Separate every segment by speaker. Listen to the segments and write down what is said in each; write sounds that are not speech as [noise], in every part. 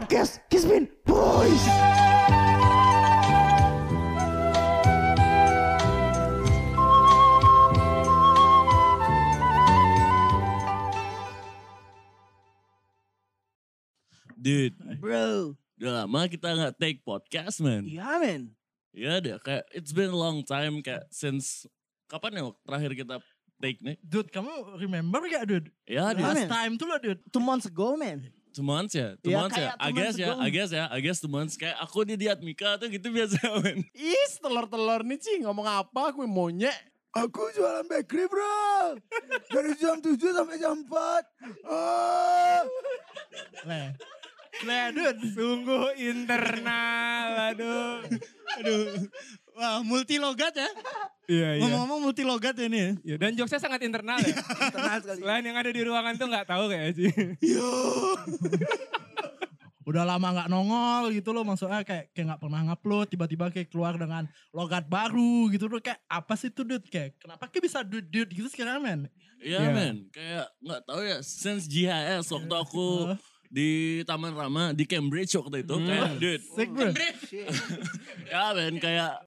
Speaker 1: Kiss me, boys.
Speaker 2: Dude,
Speaker 3: Bro.
Speaker 2: udah lama kita nggak take podcast, man.
Speaker 3: Ya men.
Speaker 2: Iya deh, kayak it's been a long time kayak since kapan ya Wak, terakhir kita take nih?
Speaker 4: Dude, kamu remember gak, dude?
Speaker 2: Ya,
Speaker 3: Lama.
Speaker 2: dude.
Speaker 4: Last
Speaker 3: men.
Speaker 4: time tuh lo, dude.
Speaker 3: Two months ago man.
Speaker 2: Two months ya, two
Speaker 3: Iya,
Speaker 2: months ya.
Speaker 3: kayak
Speaker 2: I
Speaker 3: two
Speaker 2: guess
Speaker 3: months
Speaker 2: ya,
Speaker 3: ago.
Speaker 2: I guess ya, I guess two months. Kayak aku di diat Mika tuh gitu biasa, [laughs] men.
Speaker 4: Ih, telur-telur nih, Ci. Ngomong apa, gue monyet.
Speaker 1: Aku jualan bakery bro. Dari jam 7 sampai jam 4. Ah.
Speaker 4: Leh. Leh, dude. Sungguh internal, aduh.
Speaker 5: Aduh. Wah, multi logat ya.
Speaker 6: Iya, iya.
Speaker 5: Ngomong-ngomong multi logat ya ini.
Speaker 6: Iya, Dan jokesnya sangat internal
Speaker 5: Iya,
Speaker 6: ya.
Speaker 3: Tenang sekali.
Speaker 6: Selain yang ada di ruangan tuh nggak tahu kayak sih.
Speaker 5: Iya.
Speaker 4: Udah lama gak nongol gitu loh. Maksudnya kayak kayak gak pernah ngupload. Tiba-tiba kayak keluar dengan logat baru gitu loh. Kayak apa sih tuh, dude? Kayak kenapa kayak bisa dude, dude gitu sekarang, men?
Speaker 2: Iya,
Speaker 6: Iya.
Speaker 2: men. Kayak nggak tahu ya, since JHS waktu aku di Taman Rama di Cambridge waktu itu kayak dude
Speaker 4: Sick, bro.
Speaker 2: ya men kayak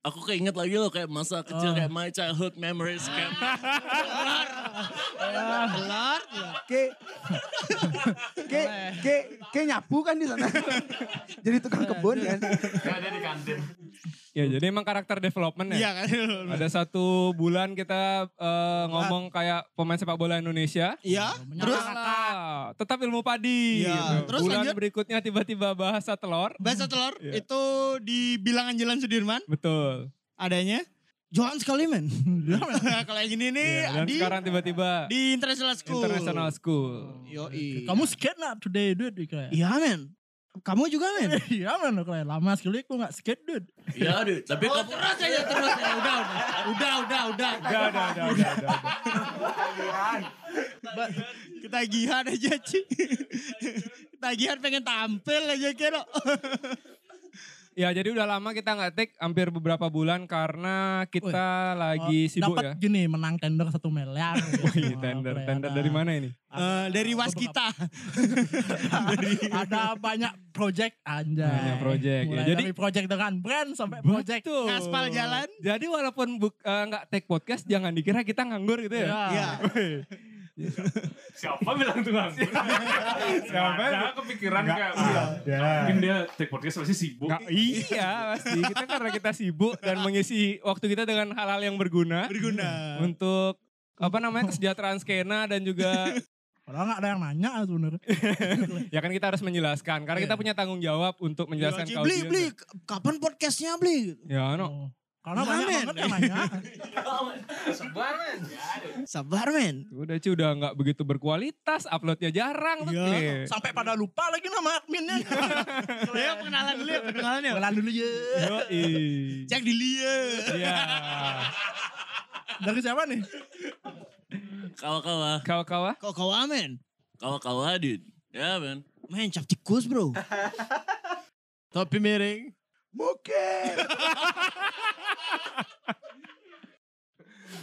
Speaker 2: aku keinget lagi loh kayak masa
Speaker 5: Oh.
Speaker 2: kecil kayak my childhood memories kayak
Speaker 5: Ah. Lord.
Speaker 1: Ke, ke, ke, ke nyapu kan di sana. Jadi tukang kebun kan.
Speaker 6: Ya, jadi emang karakter development ya.
Speaker 5: Iya kan?
Speaker 6: Ada satu bulan kita eh, ngomong kayak pemain sepak bola Indonesia.
Speaker 5: Iya. Terus
Speaker 6: Nyala. tetap ilmu padi. gitu.
Speaker 5: Iya, terus
Speaker 6: bulan
Speaker 5: lanjut.
Speaker 6: berikutnya tiba-tiba bahasa telur.
Speaker 5: bahasa telur
Speaker 6: Iya.
Speaker 5: itu di bilangan Jalan Sudirman
Speaker 6: Betul.
Speaker 5: adanya. Johan sekali
Speaker 6: [laughs]
Speaker 5: men. Kalau yang ini nih
Speaker 6: Iya, dan
Speaker 5: di,
Speaker 6: sekarang tiba-tiba
Speaker 5: Eh, di International School. Iya.
Speaker 6: international school. Iya.
Speaker 5: Yoi.
Speaker 4: Kamu skate gak today, dude? Kayak.
Speaker 5: Iya men. Kamu juga
Speaker 6: [laughs]
Speaker 5: men.
Speaker 4: Iya, men. Kayak lama sekali aku gak skate, dude.
Speaker 2: ya dude tapi
Speaker 5: Oh,
Speaker 2: kamu
Speaker 5: terus aja terus ya. Udah, udah, udah, udah, udah.
Speaker 6: Udah, udah, udah, udah, udah.
Speaker 5: Ketagihan aja Ci. Ketagihan pengen tampil aja kira.
Speaker 6: Ya jadi udah lama kita nggak take hampir beberapa bulan karena kita
Speaker 4: Oh,
Speaker 6: lagi sibuk
Speaker 4: dapat
Speaker 6: ya.
Speaker 4: gini menang tender satu
Speaker 6: [laughs]
Speaker 4: miliar.
Speaker 6: Wih,
Speaker 4: Oh,
Speaker 6: tender,
Speaker 4: boleh,
Speaker 6: tender
Speaker 4: ada-
Speaker 6: dari mana ini?
Speaker 5: Eh, dari waskita.
Speaker 4: Ada banyak project anjay.
Speaker 6: Banyak project, ya.
Speaker 4: Mulai
Speaker 6: Jadi-
Speaker 4: dari project dengan brand sampai project
Speaker 6: Betul.
Speaker 5: Ngaspal jalan.
Speaker 6: Jadi walaupun buk- eh, nggak take podcast, jangan dikira kita nganggur gitu ya.
Speaker 5: Iya.
Speaker 6: Wih,
Speaker 7: [laughs] Siapa bilang tuh nganggur? Siapa? Ada kepikiran kayak
Speaker 6: Ya.
Speaker 7: mungkin dia take podcast pasti sibuk.
Speaker 6: nggak- iya pasti. Kita karena kita sibuk dan mengisi waktu kita dengan hal-hal yang berguna
Speaker 5: Berguna.
Speaker 6: untuk apa namanya kesejahteraan skena dan juga
Speaker 4: Padahal nggak ada yang nanya sebenarnya.
Speaker 6: ya kan kita harus menjelaskan karena
Speaker 5: Iya.
Speaker 6: kita punya tanggung jawab untuk menjelaskan
Speaker 5: Yoji,
Speaker 6: ke
Speaker 5: beli,
Speaker 6: audiens.
Speaker 5: beli. Kapan podcastnya beli?
Speaker 6: Ya no.
Speaker 4: Oh. Karena
Speaker 5: Nah,
Speaker 4: banyak
Speaker 5: men.
Speaker 4: banget yang nanya.
Speaker 5: Sabar men.
Speaker 6: Udah Ci udah nggak begitu berkualitas, uploadnya jarang tuh. Kle.
Speaker 5: Iya.
Speaker 4: sampai pada lupa lagi nama adminnya.
Speaker 5: Ayo pengenalan dulu ya, pengenalan ya.
Speaker 4: Kenalan dulu ya.
Speaker 6: Yoi.
Speaker 5: Cek di Lia.
Speaker 6: Iya.
Speaker 4: Dari siapa nih?
Speaker 2: kawa-kawa
Speaker 6: Kawa-kawa?
Speaker 5: Kok kau amen?
Speaker 2: kawa-kawa dude ya men
Speaker 5: Men, cap tikus bro.
Speaker 6: [laughs]
Speaker 4: Topi miring.
Speaker 1: Mungkin.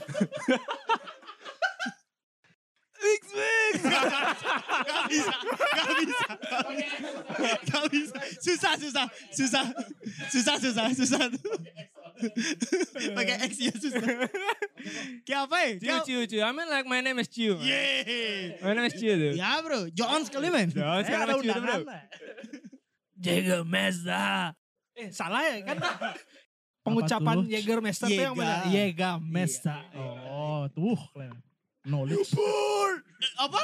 Speaker 5: [laughs] Gak bisa, gak bisa. Gak bisa. Susah, susah, susah. Susah, susah, susah. Pakai X ya susah. Kayak apa ya?
Speaker 6: Ciu,
Speaker 5: Kayak-
Speaker 6: ciu, ciu. I mean like my name is Ciu.
Speaker 5: Yeay.
Speaker 6: My name is Ciu tuh.
Speaker 5: Ya bro, John sekali men.
Speaker 6: Jangan
Speaker 4: Eh, ada
Speaker 6: sekarang Ciu tuh bro.
Speaker 4: undangan. lah. Jager Mazda. Eh salah ya kan?
Speaker 8: pengucapan
Speaker 4: Apa tuh?
Speaker 8: Jaeger Master tuh yang benar.
Speaker 5: Jaeger.
Speaker 8: Jaeger Master.
Speaker 4: Oh tuh. Clem. Knowledge.
Speaker 5: Apa?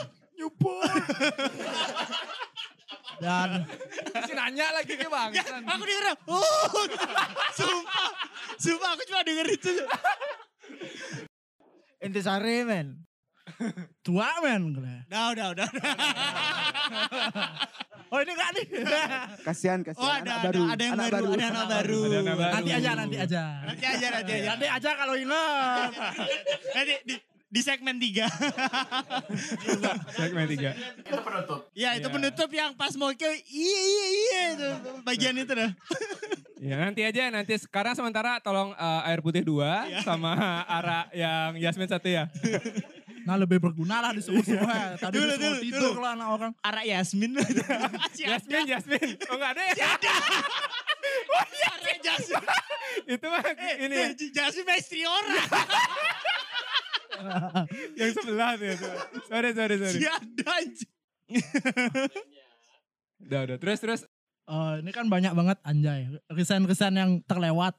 Speaker 4: Dan
Speaker 6: Masih nanya lagi ke bang.
Speaker 5: Ya, aku denger.
Speaker 4: [laughs]
Speaker 5: Oh, sumpah. Sumpah aku cuma denger itu.
Speaker 8: Intisari men.
Speaker 4: tua men. Clem.
Speaker 5: Udah, udah, udah. udah.
Speaker 4: Oh ini gak nih?
Speaker 1: Kasihan, kasihan.
Speaker 5: Oh, ada,
Speaker 1: anak
Speaker 5: ada,
Speaker 1: baru. Eh,
Speaker 5: ada yang
Speaker 1: anak
Speaker 5: baru, ada anak baru. Iya.
Speaker 6: Ada anak baru.
Speaker 4: nanti aja, nanti aja.
Speaker 5: Nanti aja, nanti aja.
Speaker 4: Nanti aja kalau ingat.
Speaker 5: Nanti di, di segmen 3.
Speaker 6: Segmen tiga.
Speaker 5: [laughs] ya, itu penutup yang pas mau ke iya iya iya itu bagian itu dah. [laughs]
Speaker 6: Ya nanti aja nanti. Sekarang
Speaker 5: Iya.
Speaker 6: sementara tolong eh, air putih dua sama arak yang Yasmin satu ya.
Speaker 4: Nah lebih berguna lah di sekolah. Tadi
Speaker 5: Dulu,
Speaker 4: disuruh
Speaker 5: dulu,
Speaker 4: tidur
Speaker 5: dulu.
Speaker 4: lah anak orang.
Speaker 5: Arak Yasmin. [laughs] Iya,
Speaker 6: Jasmine, Jasmine. Oh enggak ada ya?
Speaker 5: Arak Yasmin.
Speaker 6: Itu mah
Speaker 5: Eh,
Speaker 6: ini ya,
Speaker 5: Yasmin mah istri orang.
Speaker 6: yang sebelah tuh. ya. Sorry, sorry, sorry.
Speaker 5: Tiada Iya, anjing.
Speaker 6: Udah, udah. Terus, terus.
Speaker 4: Eh, ini kan banyak banget anjay. Resign-resign yang terlewat.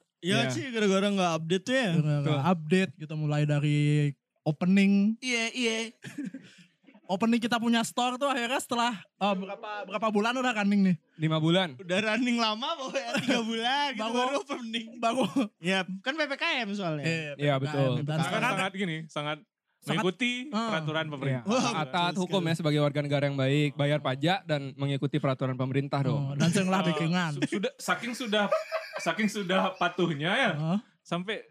Speaker 6: Iya.
Speaker 5: Ya sih gara-gara gak update tuh ya.
Speaker 4: Gara-gara update gitu mulai dari opening.
Speaker 5: Iya, iya.
Speaker 4: Opening kita punya store tuh akhirnya setelah eh, berapa berapa bulan udah running nih.
Speaker 6: Lima bulan.
Speaker 5: Udah running lama pokoknya [laughs] 3 bulan gitu
Speaker 4: Baru- Eh,
Speaker 5: baru opening. Baru. Ya, kan PPKM soalnya.
Speaker 6: Iya, betul.
Speaker 4: Dan
Speaker 7: Sangat,
Speaker 4: sekarang
Speaker 7: sangat gini, sangat mengikuti
Speaker 4: Ah.
Speaker 7: peraturan
Speaker 6: Iya.
Speaker 7: pemerintah.
Speaker 6: Taat hukum ya sebagai warga negara yang baik, bayar pajak dan mengikuti peraturan
Speaker 4: Oh,
Speaker 6: pemerintah
Speaker 5: nah.
Speaker 6: dong.
Speaker 4: dan sering lah
Speaker 7: Eh,
Speaker 4: bikingan.
Speaker 7: su- Sudah saking sudah saking sudah patuhnya ya
Speaker 4: Heeh.
Speaker 7: sampai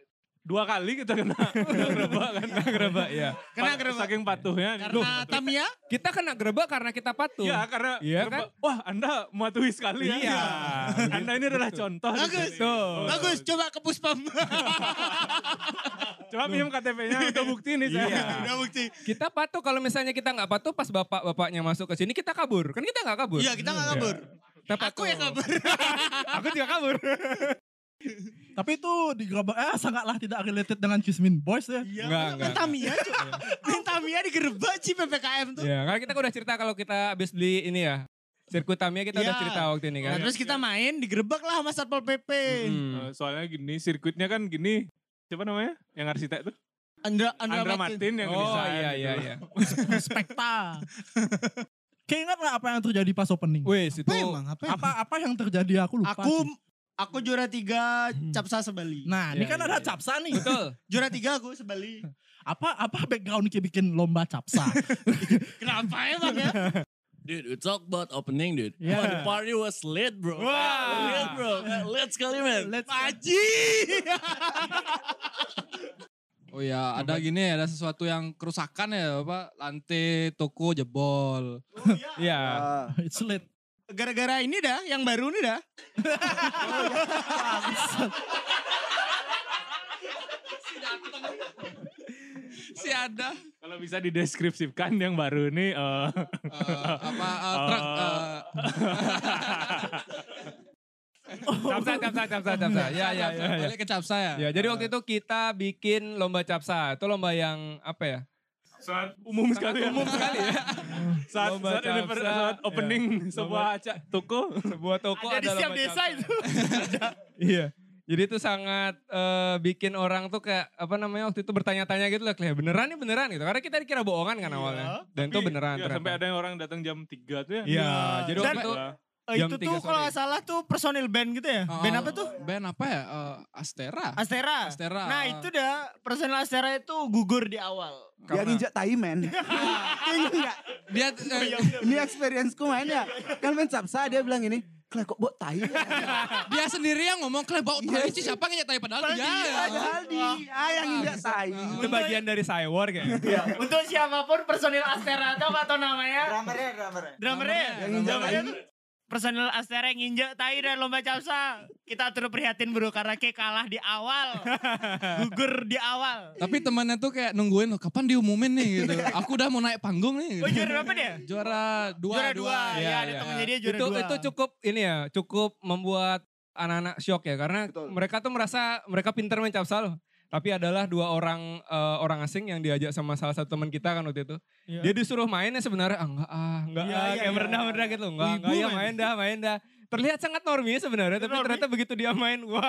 Speaker 7: dua kali kita kena kena gerebek kan kena gerebek
Speaker 6: Iya.
Speaker 7: kena
Speaker 5: Kena gerebek.
Speaker 7: saking patuhnya Loh,
Speaker 5: Karena Tamiya
Speaker 6: Kita kena grebek karena kita patuh.
Speaker 7: Iya karena
Speaker 6: Iya
Speaker 7: karena- wah Anda mematuhi sekali ya.
Speaker 6: Iya.
Speaker 7: anda ini adalah contoh. di
Speaker 5: Bagus.
Speaker 7: sini.
Speaker 6: Tuh.
Speaker 5: bagus coba ke Puspam. [laughs]
Speaker 7: Coba minjem KTP-nya untuk bukti nih saya.
Speaker 6: Iya.
Speaker 5: Udah bukti.
Speaker 6: Kita patuh kalau misalnya kita nggak patuh pas bapak-bapaknya masuk ke sini kita kabur. Kan kita nggak kabur.
Speaker 5: Iya, kita gak kabur.
Speaker 6: Kita
Speaker 5: Aku ya.
Speaker 6: patuh.
Speaker 5: yang kabur.
Speaker 6: Aku juga kabur.
Speaker 4: Tapi itu di gerobak eh sangatlah tidak related dengan Jasmine Boys
Speaker 5: [laughs]
Speaker 4: ya.
Speaker 5: Iya,
Speaker 6: Enggak,
Speaker 5: main
Speaker 6: enggak.
Speaker 5: Tamiya coba. Main Tamiya digerebek sih PPKM tuh.
Speaker 6: Iya, karena kita udah cerita kalau kita habis beli ini ya. Sirkuit Tamiya kita udah
Speaker 5: Iya.
Speaker 6: cerita waktu ini kan.
Speaker 5: Nah, terus kita main digerebek lah sama Satpol PP.
Speaker 6: Hmm.
Speaker 7: Eh, Soalnya gini sirkuitnya kan gini. Siapa namanya? Yang arsitek tuh?
Speaker 5: Andra Andra,
Speaker 7: Andra
Speaker 5: Martin.
Speaker 7: Martin yang
Speaker 6: Oh
Speaker 7: desain
Speaker 6: iya
Speaker 7: gitu.
Speaker 6: iya iya.
Speaker 4: Spekta. Kayak ingat gak Ah. apa yang terjadi pas opening?
Speaker 6: Wes itu
Speaker 5: Apa emang? Apa emang?
Speaker 4: Apa apa yang terjadi aku lupa.
Speaker 5: Aku
Speaker 4: sih.
Speaker 5: aku juara tiga capsa sebali.
Speaker 4: Nah, ini
Speaker 6: Ya,
Speaker 4: kan
Speaker 6: ya,
Speaker 4: ada
Speaker 6: ya.
Speaker 4: capsa nih.
Speaker 6: betul.
Speaker 5: Juara tiga aku sebali.
Speaker 4: Apa apa background kita bikin lomba
Speaker 5: [laughs]
Speaker 4: capsa?
Speaker 5: Kenapa emang ya?
Speaker 2: [laughs] Dude, we talk about opening, dude.
Speaker 4: Yeah.
Speaker 2: But the party was lit, bro.
Speaker 6: Wah.
Speaker 2: Lit, bro. Lit sekali, man.
Speaker 5: Paji. [laughs]
Speaker 9: Oh ya, ada gini ya, ada sesuatu yang kerusakan ya, Bapak. Lantai toko jebol.
Speaker 5: Oh,
Speaker 6: Iya.
Speaker 4: It's late.
Speaker 5: Gara-gara ini dah, yang baru ini dah.
Speaker 9: Si ada
Speaker 7: Kalau bisa dideskripsikan yang baru ini eh,
Speaker 9: eh, apa
Speaker 5: Oh.
Speaker 9: eh, truk eh,
Speaker 6: [laughs] Capsa capsa capsa capsa. Iya iya iya. iya.
Speaker 9: balik ke cap saya.
Speaker 6: Ya, jadi waktu itu kita bikin lomba capsa. Itu lomba yang apa ya?
Speaker 7: saat umum sekali. ya.
Speaker 6: Umum sekali ya.
Speaker 7: [laughs] Saat,
Speaker 6: Lomba
Speaker 7: saat,
Speaker 6: capsa.
Speaker 7: univer- saat opening
Speaker 6: Iya.
Speaker 7: sebuah aca- toko.
Speaker 6: Sebuah toko ada,
Speaker 5: Ada di setiap
Speaker 6: lomba
Speaker 5: desa
Speaker 6: capsa. ya?
Speaker 5: itu.
Speaker 6: Iya. Jadi itu sangat eh, bikin orang tuh kayak apa namanya waktu itu bertanya-tanya gitu lah, kayak beneran nih beneran gitu. Karena kita dikira bohongan
Speaker 5: Iya,
Speaker 6: kan awalnya. Dan itu
Speaker 7: Tapi,
Speaker 6: beneran
Speaker 7: iya,
Speaker 6: ternyata.
Speaker 7: sampai ada yang orang datang jam 3 tuh ya.
Speaker 6: Iya, jadi
Speaker 7: Dan-
Speaker 6: waktu itu
Speaker 5: Eh,
Speaker 6: Jam
Speaker 5: itu
Speaker 6: tiga Oh.
Speaker 5: tuh kalau
Speaker 6: sore.
Speaker 5: nggak salah tuh personil band gitu
Speaker 9: Eh,
Speaker 5: ya. Band apa tuh?
Speaker 9: Band apa ya? Eh, Astera.
Speaker 5: Astera.
Speaker 9: Astera.
Speaker 5: Nah itu dah personil Astera itu gugur di awal.
Speaker 1: Dia nginjak tai, men.
Speaker 5: [laughs]
Speaker 9: Dia eh,
Speaker 5: Oh, iya.
Speaker 1: Ini experience ku main ya. Kan main capsa dia bilang ini. Kle kok buat tai.
Speaker 9: dia sendiri yang ngomong klebau
Speaker 1: Iya
Speaker 9: tai sih siapa ngejat tai padahal
Speaker 5: Iya,
Speaker 9: dia. ya.
Speaker 1: Padahal di ah yang nginjak tai.
Speaker 6: itu bagian dari ya? cyber kayak.
Speaker 5: Iya. Untuk siapapun personil Astera atau apa tau namanya?
Speaker 3: Drummernya, drummernya.
Speaker 5: Drummernya.
Speaker 9: Yang
Speaker 1: nginjak
Speaker 5: Drummernya
Speaker 1: tai.
Speaker 5: tuh Personil Astera yang nginjak tai dan lomba capsa. Kita turut prihatin bro karena kayak kalah di
Speaker 6: [laughs]
Speaker 5: awal. Gugur di awal.
Speaker 9: Tapi temannya tuh kayak nungguin loh, kapan diumumin nih
Speaker 5: [laughs]
Speaker 9: gitu. Aku udah mau naik panggung nih.
Speaker 5: Oh
Speaker 9: Gitu.
Speaker 5: juara berapa dia?
Speaker 9: Juara dua.
Speaker 5: juara dua.
Speaker 6: Iya,
Speaker 5: Ya, ada
Speaker 6: iya.
Speaker 5: temennya dia juara
Speaker 6: itu
Speaker 5: dua.
Speaker 6: itu cukup ini ya, cukup membuat anak-anak shock ya karena
Speaker 1: Betul.
Speaker 6: mereka tuh merasa mereka pintar main capsal loh. Tapi adalah dua orang eh, orang asing yang diajak sama salah satu teman kita kan waktu itu.
Speaker 5: Iya.
Speaker 6: Dia disuruh mainnya sebenarnya ah enggak ah enggak
Speaker 5: Iya,
Speaker 6: ah
Speaker 5: iya,
Speaker 6: kayak
Speaker 5: iya.
Speaker 6: merendah-merendah gitu. Enggak, enggak
Speaker 5: Wibu
Speaker 6: ya
Speaker 5: main.
Speaker 6: main dah, main dah. Terlihat sangat normi sebenarnya, tapi
Speaker 5: Normi.
Speaker 6: ternyata begitu dia main, wow.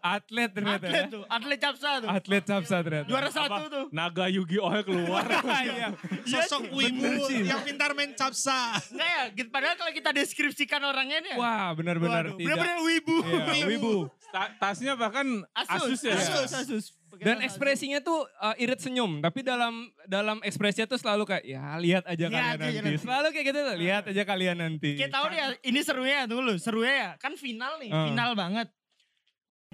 Speaker 6: Atlet ternyata.
Speaker 5: Atlet
Speaker 6: ya.
Speaker 5: tuh, atlet capsa tuh.
Speaker 6: Atlet capsa ternyata.
Speaker 5: Juara satu tuh.
Speaker 7: Naga Yu-Gi-Oh-nya keluar. [laughs]
Speaker 6: Iya.
Speaker 5: Sosok wibu yang pintar main capsa. Enggak ya, gitu- padahal kalau kita deskripsikan orangnya nih.
Speaker 6: Wah, benar-benar
Speaker 5: Waduh,
Speaker 6: tidak.
Speaker 5: bener-bener wibu.
Speaker 6: Iya, wibu.
Speaker 7: Ta- tasnya bahkan Asus, ya.
Speaker 5: Asus, Asus.
Speaker 6: Dan ekspresinya tuh uh, irit senyum, tapi dalam dalam ekspresinya tuh selalu kayak ya lihat aja
Speaker 5: Lihat
Speaker 6: kalian
Speaker 5: aja
Speaker 6: nanti.
Speaker 5: nanti.
Speaker 6: Selalu kayak gitu tuh, lihat aja kalian nanti.
Speaker 5: Kita tahu ya, ini serunya tuh lu, serunya ya. Kan final nih,
Speaker 6: Eh.
Speaker 5: final banget.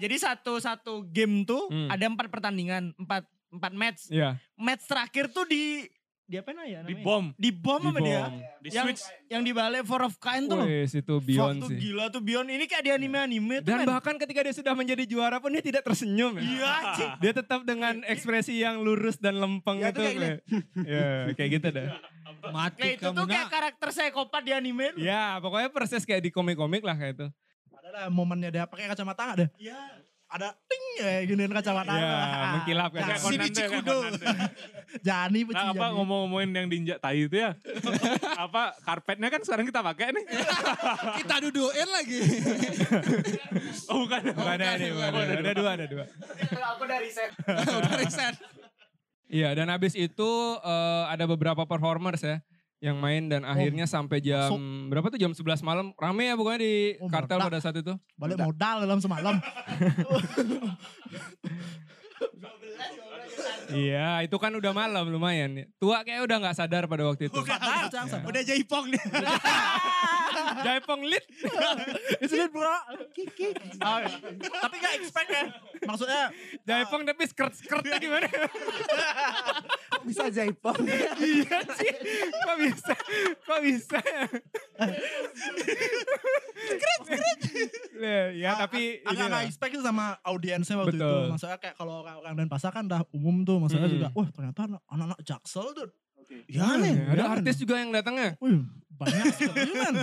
Speaker 5: Jadi satu-satu game tuh
Speaker 6: Hmm.
Speaker 5: ada empat pertandingan, empat empat match.
Speaker 6: Iya.
Speaker 5: Match terakhir tuh di
Speaker 8: Di apa ya namanya?
Speaker 7: di bom
Speaker 8: Di bom
Speaker 6: di Oh,
Speaker 8: sama dia.
Speaker 6: bom.
Speaker 7: di
Speaker 8: Yang,
Speaker 7: switch
Speaker 8: yang di balai Four of Kind tuh loh.
Speaker 6: Wes itu
Speaker 8: Beyond
Speaker 6: beyond
Speaker 8: tuh
Speaker 6: sih. Iya.
Speaker 8: gila tuh Beyond. Ini kayak di anime-anime tuh kan.
Speaker 6: Dan
Speaker 8: men.
Speaker 6: bahkan ketika dia sudah menjadi juara pun dia tidak tersenyum ya.
Speaker 8: Iya cik.
Speaker 6: Dia tetap dengan ekspresi yang lurus dan lempeng
Speaker 1: Ya,
Speaker 6: itu.
Speaker 1: itu kayak gini.
Speaker 6: Cle. Ya, kayak gitu dah.
Speaker 9: Mati
Speaker 8: Nah itu
Speaker 9: kamu
Speaker 8: tuh kayak
Speaker 9: nak.
Speaker 8: karakter psikopat di anime tuh.
Speaker 6: Ya, pokoknya persis kayak di komik-komik lah kayak itu.
Speaker 4: Adalah momennya dia pakai kacamata nggak deh? Iya. Ada ting ya giniin kacamata.
Speaker 6: Ya, mengkilap kan.
Speaker 4: Nah,
Speaker 7: Kayak
Speaker 4: sini
Speaker 7: Conan tuh, kayak
Speaker 4: Cikudo.
Speaker 7: Conan tuh.
Speaker 4: Jani
Speaker 6: [laughs]
Speaker 4: peci
Speaker 6: Iya,
Speaker 7: Nah, apa
Speaker 4: Jani.
Speaker 7: ngomong-ngomongin yang diinjak tai itu ya? apa karpetnya kan sekarang kita pakai nih?
Speaker 9: Kita duduin lagi.
Speaker 2: [laughs]
Speaker 7: Oh, bukan.
Speaker 6: Bukan ada
Speaker 9: bukan,
Speaker 6: nih, bukan
Speaker 9: bukan,
Speaker 6: ada. Ada dua, ada dua.
Speaker 3: Aku dari set.
Speaker 9: Udah reset.
Speaker 6: Iya, dan habis itu eh, ada beberapa performers ya yang main dan akhirnya sampai jam berapa tuh jam 11 malam rame ya pokoknya di
Speaker 4: Oh,
Speaker 6: kartel
Speaker 4: meledak.
Speaker 6: pada saat itu
Speaker 4: Balik modal dalam semalam.
Speaker 6: iya itu kan udah malam lumayan tua kayak udah nggak sadar pada waktu itu
Speaker 5: Udah jaipong nih.
Speaker 6: [laughs] jaipong lit
Speaker 4: It's lit bro. Ah, Tapi gak expect ya. Maksudnya
Speaker 6: jaipong tapi skirt skirtnya gimana
Speaker 1: Bisa jaipong.
Speaker 6: iya sih kok bisa kok bisa Ya, ya tapi
Speaker 4: agak
Speaker 6: inilah.
Speaker 4: gak expect sih sama audiensnya waktu itu.
Speaker 6: Betul.
Speaker 4: Maksudnya kayak kalau orang-orang Denpasar kan udah umum tuh. Maksudnya
Speaker 6: Mm.
Speaker 4: juga, wah ternyata anak- anak-anak jaksel Iya, tuh.
Speaker 6: Ya, ada artis juga yang datangnya
Speaker 4: Wih, banyak sekali
Speaker 6: [laughs]
Speaker 4: men.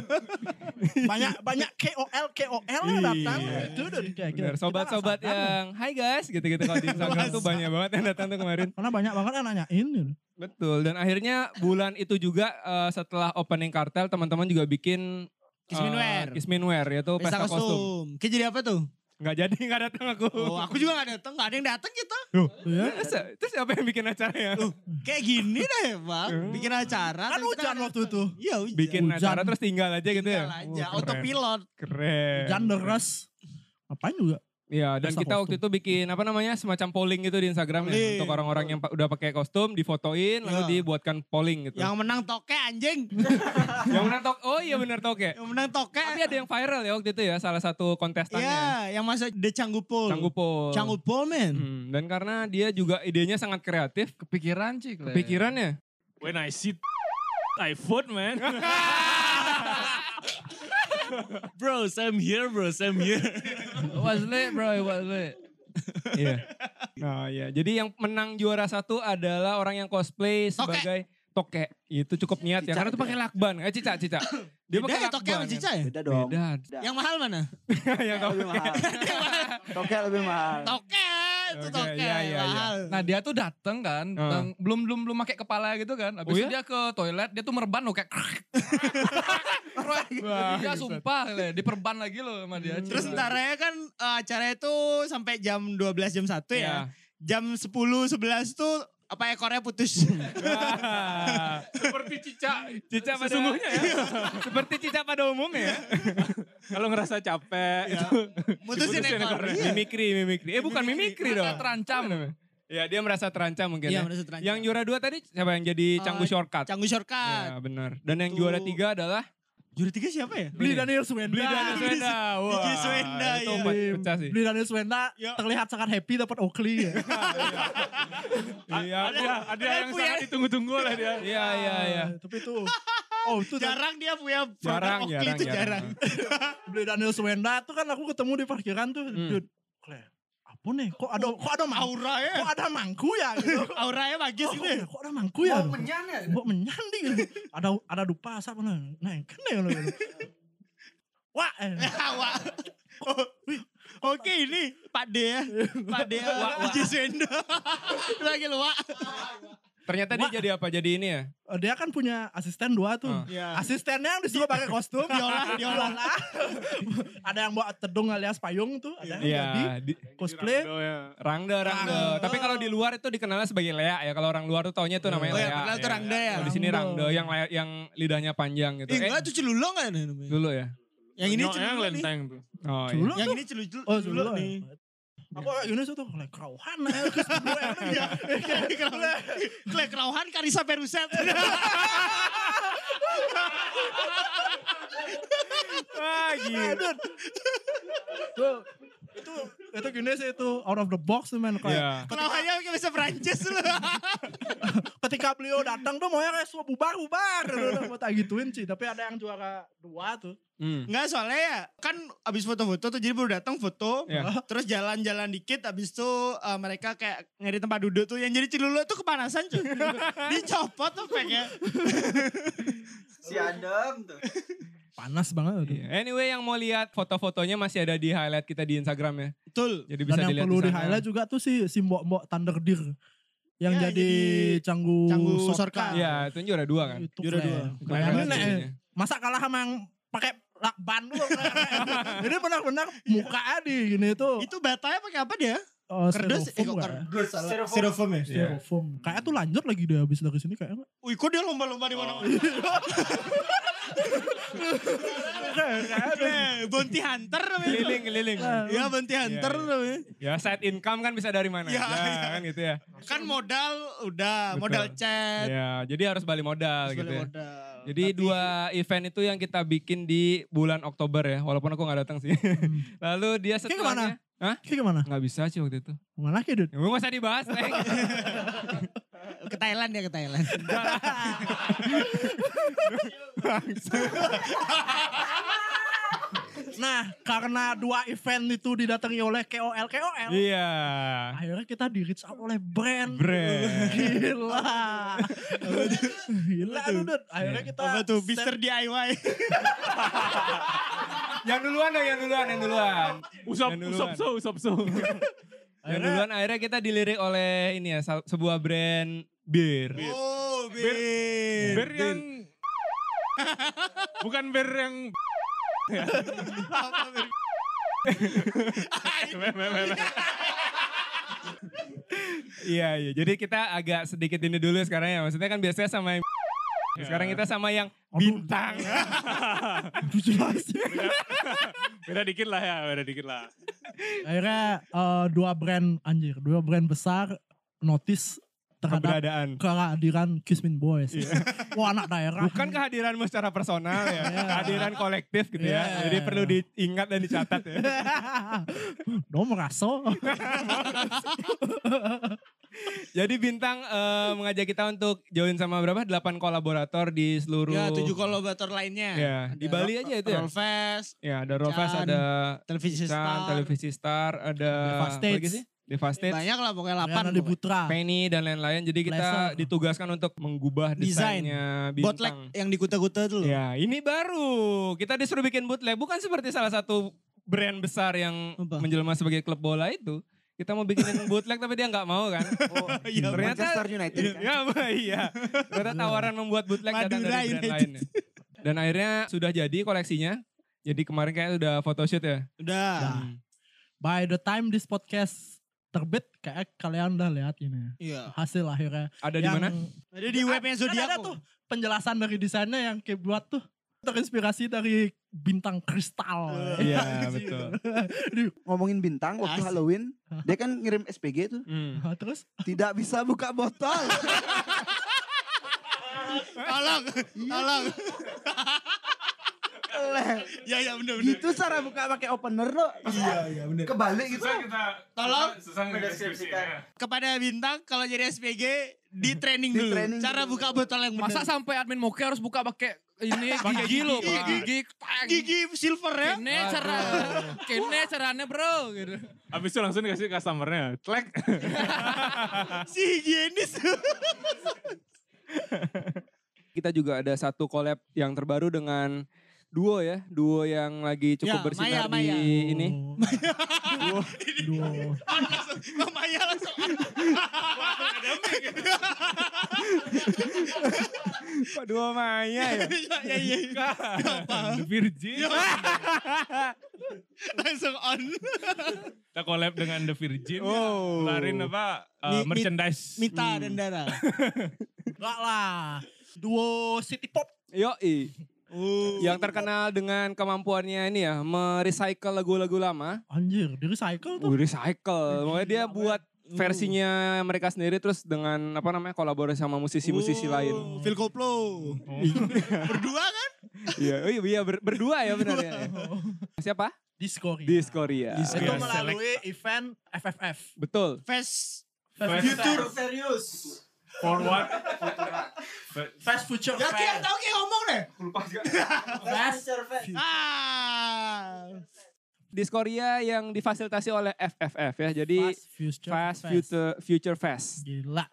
Speaker 4: banyak banyak KOL KOL yang datang
Speaker 6: Iya.
Speaker 4: gitu dan kayak gitu.
Speaker 6: Bener, sobat-sobat
Speaker 4: Kita
Speaker 6: ya.
Speaker 4: nggak sadar,
Speaker 6: yang Hai guys gitu-gitu kalau di Instagram tuh banyak banget yang datang tuh kemarin
Speaker 4: Karena banyak banget yang nanyain. gitu.
Speaker 6: Betul dan akhirnya bulan itu juga eh, setelah opening kartel teman-teman juga bikin eh,
Speaker 5: Kisminware.
Speaker 6: Kisminware yaitu
Speaker 5: Pesta kostum. Kayak jadi apa tuh?
Speaker 6: Nggak jadi nggak datang aku.
Speaker 5: Oh, aku juga gak dateng. Gak ada yang dateng gitu.
Speaker 6: [laughs]
Speaker 4: Iya.
Speaker 6: Terus, terus siapa yang bikin acaranya?
Speaker 5: Uh, Kayak gini dah ya, Bang.
Speaker 8: [laughs]
Speaker 5: Bikin acara.
Speaker 4: Kan
Speaker 5: tapi kita
Speaker 4: hujan
Speaker 5: nggak
Speaker 4: waktu itu.
Speaker 5: dateng. Iya, hujan.
Speaker 6: bikin
Speaker 4: Hujan.
Speaker 6: acara terus tinggal aja gitu ya.
Speaker 5: Tinggal aja.
Speaker 6: Oh, keren.
Speaker 5: Autopilot.
Speaker 6: Keren.
Speaker 4: Hujan deras. Apain juga.
Speaker 6: Iya, dan
Speaker 4: Pesta
Speaker 6: kita waktu itu bikin apa namanya semacam polling gitu di Instagram ya,
Speaker 5: Polling.
Speaker 6: untuk orang-orang yang pa- udah pakai kostum difotoin
Speaker 5: Iya.
Speaker 6: lalu dibuatkan polling gitu.
Speaker 5: Yang menang toke
Speaker 8: [laughs]
Speaker 5: anjing.
Speaker 6: yang benar tok. Oh iya benar toke.
Speaker 5: yang menang toke.
Speaker 6: Tapi ada yang viral ya waktu itu ya salah satu kontestannya.
Speaker 5: Iya, yang masuk The Canggupol.
Speaker 6: Canggupol.
Speaker 5: Canggupol, men.
Speaker 6: Hmm, dan karena dia juga idenya sangat kreatif, ya?
Speaker 9: Kepikiran cik. Le.
Speaker 5: [laughs]
Speaker 6: pikirannya.
Speaker 7: When I see I food, man.
Speaker 2: Bro, Sam here, bro, Sam here.
Speaker 5: [laughs]
Speaker 9: Was lit bro, it was lit.
Speaker 6: Iya. Nah, iya. Jadi yang menang juara satu adalah orang yang cosplay
Speaker 5: Tokek.
Speaker 6: sebagai toke. Itu cukup niat ya. Karena tuh pakai lakban, eh, cicak,
Speaker 5: [coughs]
Speaker 6: cicak. Dia
Speaker 5: Beda
Speaker 6: pakai
Speaker 5: ya toke sama
Speaker 6: lakban.
Speaker 5: cica ya?
Speaker 1: Beda dong.
Speaker 6: Beda.
Speaker 5: Yang mahal mana?
Speaker 6: yang toke.
Speaker 1: Lebih mahal. Toke lebih mahal.
Speaker 5: Toke, itu
Speaker 6: Toke,
Speaker 5: toke.
Speaker 6: iya, iya, iya.
Speaker 5: mahal.
Speaker 9: Nah dia tuh dateng kan,
Speaker 6: Heeh.
Speaker 9: dateng, belum belum belum pakai kepala gitu kan. Abis
Speaker 6: Ah. Oh,
Speaker 9: itu
Speaker 6: iya?
Speaker 9: dia ke toilet, dia tuh merban loh kayak.
Speaker 6: Wah, iya, Hmm.
Speaker 9: dia
Speaker 6: buset.
Speaker 9: sumpah, le, diperban lagi loh sama dia.
Speaker 5: Terus
Speaker 9: Cik. Nah.
Speaker 5: entarnya kan eh, acara itu sampai jam 12 jam 1
Speaker 6: Iya.
Speaker 5: ya. Jam 10 11 tuh apa ekornya putus.
Speaker 6: [laughs] Wah.
Speaker 7: Seperti cicak.
Speaker 6: Cicak pada Iya.
Speaker 7: Sesungguhnya
Speaker 6: [laughs]
Speaker 7: ya.
Speaker 6: Seperti cicak pada umumnya ya.
Speaker 7: [laughs]
Speaker 6: Iya.
Speaker 7: Kalau ngerasa capek. itu
Speaker 5: Mutusin
Speaker 7: Diputusin
Speaker 5: ekor.
Speaker 7: ekornya.
Speaker 5: Iya.
Speaker 6: Mimikri, mimikri. Eh bukan mimikri
Speaker 9: Iya, Merasa
Speaker 6: dong.
Speaker 9: terancam.
Speaker 6: Ya dia merasa terancam mungkin
Speaker 5: Iya,
Speaker 6: ya.
Speaker 5: merasa terancam.
Speaker 6: Yang juara dua tadi siapa yang jadi
Speaker 5: Eh,
Speaker 6: canggu shortcut?
Speaker 5: Canggu shortcut.
Speaker 6: Ya benar. Dan yang
Speaker 5: Itu-
Speaker 6: juara tiga adalah
Speaker 5: Juri tiga siapa ya?
Speaker 4: Beli Daniel Swenda.
Speaker 6: Iya. Beli Daniel Swenda. Wah,
Speaker 5: Beli Swenda,
Speaker 6: itu
Speaker 5: iya.
Speaker 6: empat- pecah sih.
Speaker 4: Beli Daniel Swenda
Speaker 5: Ya.
Speaker 4: terlihat sangat happy dapat Oakley ya.
Speaker 5: [laughs]
Speaker 6: Iya,
Speaker 7: Ada, ada yang
Speaker 5: Puya.
Speaker 7: sangat ditunggu-tunggu lah dia.
Speaker 6: iya, iya, iya.
Speaker 4: Tapi
Speaker 5: [laughs]
Speaker 4: itu. Oh itu tuh,
Speaker 5: Jarang dia punya
Speaker 6: Jarang,
Speaker 5: produk Oakley
Speaker 6: jarang,
Speaker 5: itu jarang.
Speaker 6: jarang.
Speaker 5: [laughs]
Speaker 4: beli Daniel Swenda tuh kan aku ketemu di parkiran tuh.
Speaker 6: Hmm.
Speaker 4: Dude, Claire, apa nih? Kok ada
Speaker 5: Oh,
Speaker 4: kok ada mang-
Speaker 5: Aura ya.
Speaker 4: Kok ada mangku
Speaker 5: [laughs]
Speaker 4: ya gitu.
Speaker 5: Auranya magis
Speaker 4: Kok-
Speaker 5: gitu ya.
Speaker 4: Kok ada mangku ya? Bok menyandi. Bok menyandi. ada ada dupa asap mana? Nah, kene ngono.
Speaker 5: [laughs]
Speaker 4: Wah, eh.
Speaker 5: Hawa. Oh, Oke ini Pak D ya. Pak D ya. Uji Swenda. [laughs] Lagi luak.
Speaker 6: Ternyata dia jadi apa? Jadi ini ya?
Speaker 4: dia kan punya asisten dua tuh.
Speaker 6: Ah.
Speaker 5: Iya.
Speaker 4: Asistennya yang disuruh pakai kostum.
Speaker 5: Diolah, diolah.
Speaker 4: [laughs] ada yang bawa tedung alias payung tuh, ada yang
Speaker 6: Iya.
Speaker 4: jadi
Speaker 6: di-
Speaker 4: cosplay.
Speaker 7: Oh, ya.
Speaker 6: Rangda, Rangda. Tapi kalau di luar itu dikenalnya sebagai Lea ya. Kalau orang luar tuh taunya itu namanya
Speaker 5: Oh ya,
Speaker 6: Lea.
Speaker 5: padahal itu
Speaker 6: Iya.
Speaker 5: Rangda ya.
Speaker 6: Kalau di sini Rangda yang lea- yang lidahnya panjang gitu.
Speaker 5: Ih,
Speaker 6: Eh,
Speaker 5: Enggak itu celulong kan namanya.
Speaker 6: dulu ya.
Speaker 5: Yang ini
Speaker 7: Nyoknya
Speaker 5: celulong nih.
Speaker 7: lenteng tuh.
Speaker 6: Oh, iya.
Speaker 4: Dulu
Speaker 5: Yang
Speaker 4: tuh.
Speaker 5: ini celulong.
Speaker 4: Oh,
Speaker 5: celulong
Speaker 4: dulu.
Speaker 5: nih.
Speaker 4: Aku kayak gini tuh kayak kerauhan ya. Terus gue yang ini ya.
Speaker 5: Klek Rauhan Karisa [laughs] Peruset.
Speaker 6: Wah, gila.
Speaker 4: Tuh, itu itu gini sih itu out of the box tuh men kayak
Speaker 6: Iya.
Speaker 5: Rauhannya bisa Perancis
Speaker 4: [laughs]
Speaker 5: lu. [laughs]
Speaker 4: ketika beliau datang tuh maunya kayak semua bubar-bubar. Udah mau tak gituin sih. Tapi ada yang juara dua tuh.
Speaker 6: Hmm.
Speaker 5: Enggak soalnya ya kan abis foto-foto tuh jadi baru datang foto
Speaker 6: Iya.
Speaker 5: terus jalan-jalan dikit abis itu eh, mereka kayak nyari tempat duduk tuh yang jadi cilulu tuh kepanasan
Speaker 6: [laughs]
Speaker 5: cuy dicopot tuh pengen
Speaker 3: Si Adam tuh.
Speaker 4: Panas banget. tuh.
Speaker 6: Iya. Anyway yang mau lihat foto-fotonya masih ada di highlight kita di Instagram ya.
Speaker 5: betul
Speaker 6: Jadi
Speaker 4: Dan
Speaker 6: bisa
Speaker 4: yang
Speaker 6: dilihat
Speaker 4: perlu
Speaker 6: di
Speaker 4: di
Speaker 6: sana.
Speaker 4: highlight juga tuh si si mbok-mbok Thunderdeer yang
Speaker 5: Ya,
Speaker 4: jadi,
Speaker 5: jadi
Speaker 4: canggu
Speaker 5: Canggu
Speaker 4: Sorka.
Speaker 5: Sorka.
Speaker 6: Iya, itu juara dua kan.
Speaker 4: Itu
Speaker 5: Juara dua.
Speaker 4: keren.
Speaker 6: Keren
Speaker 4: Bayangin
Speaker 6: banget
Speaker 4: nek,
Speaker 5: ya.
Speaker 6: jadinya.
Speaker 4: masa kalah sama yang pakai lakban dulu. ya?
Speaker 5: [laughs]
Speaker 4: Jadi benar-benar muka
Speaker 5: Iya.
Speaker 4: di gini itu.
Speaker 5: itu batanya pakai apa dia
Speaker 4: eh,
Speaker 5: kerdas eh
Speaker 4: styrofoam
Speaker 5: kok
Speaker 4: nggak ya?
Speaker 5: kerdas salah. styrofoam ya
Speaker 4: Styrofoam. Kayaknya tuh lanjut lagi deh habis dari sini kayaknya.
Speaker 5: wih kok dia lomba-lomba di mana-mana
Speaker 6: Oh.
Speaker 5: Eh, [laughs] bounty hunter namanya
Speaker 6: Keliling, keliling.
Speaker 5: ya bounty hunter
Speaker 6: Iya, iya.
Speaker 5: namanya
Speaker 6: Ya side income kan bisa dari mana
Speaker 5: Iya,
Speaker 6: aja
Speaker 5: iya.
Speaker 6: kan gitu ya.
Speaker 5: kan modal udah
Speaker 6: Betul.
Speaker 5: modal chat
Speaker 6: Ya, jadi harus balik modal
Speaker 5: terus
Speaker 6: gitu.
Speaker 5: balik
Speaker 6: Ya.
Speaker 5: modal
Speaker 6: Jadi
Speaker 5: Tapi-
Speaker 6: dua event itu yang kita bikin di bulan Oktober ya, walaupun aku nggak datang sih. [laughs] Lalu Hmm. dia
Speaker 4: Kayak
Speaker 6: setelahnya
Speaker 4: Kayak gimana?
Speaker 6: nggak bisa sih waktu itu.
Speaker 4: Mana kayak dude?
Speaker 6: Ya, nggak usah dibahas, Neng. [laughs]
Speaker 5: ke Thailand ya ke Thailand
Speaker 4: Nah, karena dua event itu didatangi oleh KOL KOL.
Speaker 6: Iya.
Speaker 4: Akhirnya kita di reach out oleh brand.
Speaker 6: Brand.
Speaker 4: Gila. Gila
Speaker 5: tuh? Iya.
Speaker 4: dude. Akhirnya kita
Speaker 5: apa tuh
Speaker 4: set-
Speaker 5: Mister DIY
Speaker 6: yang duluan dong, yang duluan, yang duluan.
Speaker 7: Usop,
Speaker 6: Yang duluan.
Speaker 7: usop, so, usop, so.
Speaker 6: Yang duluan akhirnya kita dilirik oleh ini ya, sa- sebuah brand bir.
Speaker 5: oh bir
Speaker 7: Bir yang... [laughs] Bukan bir yang...
Speaker 6: Iya, iya. Jadi kita agak sedikit ini dulu sekarang ya. Maksudnya kan biasanya sama yang Sekarang kita sama yang bintang.
Speaker 4: [laughs] Aduh, jelas.
Speaker 7: Beda dikit lah ya, beda dikit lah.
Speaker 4: Akhirnya eh, dua brand anjir, dua brand besar notice terhadap
Speaker 6: Keberadaan. Iya.
Speaker 4: kehadiran Kismin Boys. [laughs] Wah anak daerah.
Speaker 6: Bukan
Speaker 4: [laughs]
Speaker 6: kehadiranmu secara personal ya, kehadiran kolektif gitu
Speaker 4: Iya.
Speaker 6: ya. Jadi perlu diingat dan dicatat ya.
Speaker 4: Nomor aso.
Speaker 6: Jadi Bintang eh, mengajak kita untuk join sama berapa? 8 kolaborator di seluruh...
Speaker 5: ya tujuh kolaborator lainnya
Speaker 6: Ya, di Bali aja itu ya?
Speaker 5: Rolfest
Speaker 6: Ya, ada Rovas,
Speaker 5: Chan,
Speaker 6: ada
Speaker 5: televisi
Speaker 6: Chan,
Speaker 5: star
Speaker 6: Televisi Star, ada...
Speaker 4: Devastate.
Speaker 6: apa lagi sih? Devastate.
Speaker 5: banyak lah pokoknya delapan
Speaker 4: Anak di Putra.
Speaker 6: Penny dan lain-lain. Jadi kita
Speaker 4: Blazer.
Speaker 6: ditugaskan untuk mengubah
Speaker 5: Desain.
Speaker 6: desainnya
Speaker 5: botlek
Speaker 6: bintang.
Speaker 5: yang di kuta-kuta tuh loh.
Speaker 6: Ya, ini baru. Kita disuruh bikin bootleg bukan seperti salah satu brand besar yang
Speaker 5: Apa?
Speaker 6: menjelma sebagai klub bola itu. Kita mau bikinin bootleg tapi dia nggak mau kan?
Speaker 5: Iya,
Speaker 6: ternyata
Speaker 3: Manchester United kan.
Speaker 6: ya, bah, iya. Ternyata tawaran membuat bootleg datang
Speaker 5: Madura
Speaker 6: dari brand
Speaker 5: United.
Speaker 6: lain. ya. Dan akhirnya sudah jadi koleksinya. Jadi kemarin kayak udah photoshoot ya.
Speaker 5: udah
Speaker 4: Nah, by the time this podcast terbit, kayak kalian udah lihat ini.
Speaker 5: iya
Speaker 4: Hasil akhirnya.
Speaker 6: Ada di
Speaker 4: Yang- [laughs]
Speaker 6: mana?
Speaker 5: ada di
Speaker 4: Kan
Speaker 5: webnya
Speaker 4: ada
Speaker 5: Zodiaco [laughs]
Speaker 4: tuh penjelasan dari desainnya yang kayak buat tuh terinspirasi dari bintang kristal.
Speaker 6: Iya, betul.
Speaker 1: Ngomongin bintang waktu
Speaker 5: Asik.
Speaker 1: Halloween, dia kan ngirim SPG tuh.
Speaker 6: Hmm.
Speaker 4: Hah, Eh, [laughs] Terus
Speaker 1: Tidak bisa buka botol.
Speaker 5: tolong tolong
Speaker 1: Leh,
Speaker 5: ya ya bener bener
Speaker 1: gitu cara buka pakai opener lo. Iya, iya bener. Kebalik gitu.
Speaker 7: Susah kita...
Speaker 5: Tolong.
Speaker 7: Susah mendeskripsikan.
Speaker 5: kepada bintang kalau jadi SPG di training
Speaker 1: Di
Speaker 5: dulu
Speaker 1: training
Speaker 5: cara
Speaker 1: dulu.
Speaker 5: buka botol yang bener
Speaker 9: Masa sampai admin Moke harus buka pakai ini gigi lo, Pak. gigi tang.
Speaker 5: gigi silver ya
Speaker 9: Kene cara, kene caranya bro. Gitu.
Speaker 7: Abis itu langsung dikasih customernya. Tlek.
Speaker 5: [laughs] si [laughs] higienis
Speaker 6: Kita juga ada satu collab yang terbaru dengan duo ya, duo yang lagi cukup
Speaker 5: Ya,
Speaker 6: bersinar
Speaker 5: Maya,
Speaker 6: di
Speaker 5: Maya.
Speaker 6: ini.
Speaker 4: Duh.
Speaker 5: langsung Mbak Maya langsung
Speaker 6: Kok duo Maya ya?
Speaker 5: ya iya
Speaker 6: The Virgin.
Speaker 5: langsung on
Speaker 7: Kita collab dengan The Virgin.
Speaker 6: Oh.
Speaker 7: Larin apa? uh,
Speaker 5: Mi- mi-
Speaker 7: merchandise.
Speaker 5: Mita dan Dara
Speaker 4: Enggak lah. Duo City Pop.
Speaker 6: [laughs] Yoi.
Speaker 5: oh
Speaker 6: Yang terkenal dengan kemampuannya ini ya, merecycle lagu-lagu lama.
Speaker 4: Anjir, di recycle tuh.
Speaker 6: Uh, recycle. Makanya
Speaker 5: Iya,
Speaker 6: dia buat
Speaker 5: Hmm.
Speaker 6: versinya mereka sendiri terus dengan apa namanya kolaborasi sama
Speaker 5: Oh.
Speaker 6: musisi-musisi lain.
Speaker 5: Phil Koplo berdua kan
Speaker 6: Iya, oh iya, iya, ber- berdua ya benar ya.
Speaker 5: [laughs]
Speaker 6: Siapa?
Speaker 4: Disco. ya.
Speaker 6: Dis Korea.
Speaker 4: Itu
Speaker 7: Korea.
Speaker 4: melalui event FFF.
Speaker 6: Betul.
Speaker 5: Fest
Speaker 7: Fest.
Speaker 5: Future
Speaker 3: Serius.
Speaker 7: Forward.
Speaker 4: Fast future
Speaker 5: Ya
Speaker 4: fast.
Speaker 5: kayak tahu kayak ngomong deh.
Speaker 3: Lupa juga.
Speaker 4: Fast.
Speaker 5: Ah.
Speaker 6: Di Korea yang difasilitasi oleh FFF ya. Jadi
Speaker 4: Fast future
Speaker 6: Fast
Speaker 4: fast.
Speaker 6: Future Future Fest.
Speaker 4: Gila.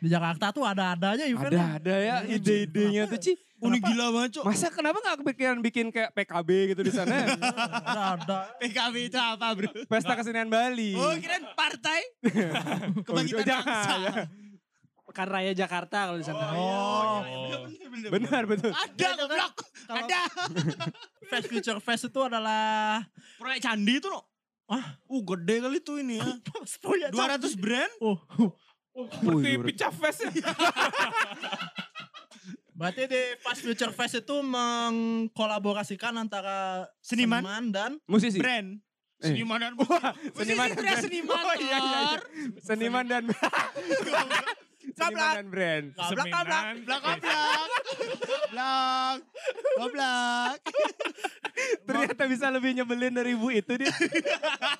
Speaker 4: Di Jakarta tuh ada-ada aja
Speaker 5: kan?
Speaker 4: event.
Speaker 6: Ada ada ya
Speaker 4: Iya,
Speaker 6: ide-idenya
Speaker 4: kenapa?
Speaker 6: tuh Ci.
Speaker 5: Unik gila banget, Cok.
Speaker 6: Masa kenapa nggak kepikiran bikin kayak PKB gitu di sana?
Speaker 5: [laughs]
Speaker 4: Ada-ada.
Speaker 6: [laughs]
Speaker 5: PKB itu apa, Bro?
Speaker 6: Pesta kesenian Bali.
Speaker 5: Oh, kirain
Speaker 6: [laughs]
Speaker 5: partai.
Speaker 6: Oh,
Speaker 5: Kebangkitan
Speaker 6: jangan, [laughs]
Speaker 5: bangsa.
Speaker 6: jangan.
Speaker 10: Pekan Raya Jakarta kalau di sana.
Speaker 5: Oh, iya,
Speaker 7: Oh.
Speaker 5: bener, bener, bener.
Speaker 6: Benar betul.
Speaker 5: Ada goblok. Ada.
Speaker 4: Fast future fast itu adalah [laughs]
Speaker 5: Proyek candi itu, no.
Speaker 4: Ah.
Speaker 5: Uh, gede kali tuh ini ya.
Speaker 4: punya
Speaker 5: 200 brand.
Speaker 4: Oh,
Speaker 10: Seperti pecah fest ya.
Speaker 4: berarti di Fast Future Fest itu mengkolaborasikan antara
Speaker 5: Seniman.
Speaker 4: dan
Speaker 6: Musisi.
Speaker 5: Brand.
Speaker 6: Eh.
Speaker 5: Seniman dan Wah,
Speaker 6: seniman
Speaker 5: seniman
Speaker 6: dan
Speaker 5: dan
Speaker 6: brand.
Speaker 5: seniman.
Speaker 6: Oh, iya, iya, iya.
Speaker 5: Tor.
Speaker 6: Seniman dan [laughs] Seniman
Speaker 4: Gablak.
Speaker 6: dan brand.
Speaker 4: Gablak, gablak.
Speaker 7: Seminan.
Speaker 5: Blak, blak. Blak. Goblak.
Speaker 6: [laughs] Ternyata bisa lebih nyebelin dari ibu itu dia.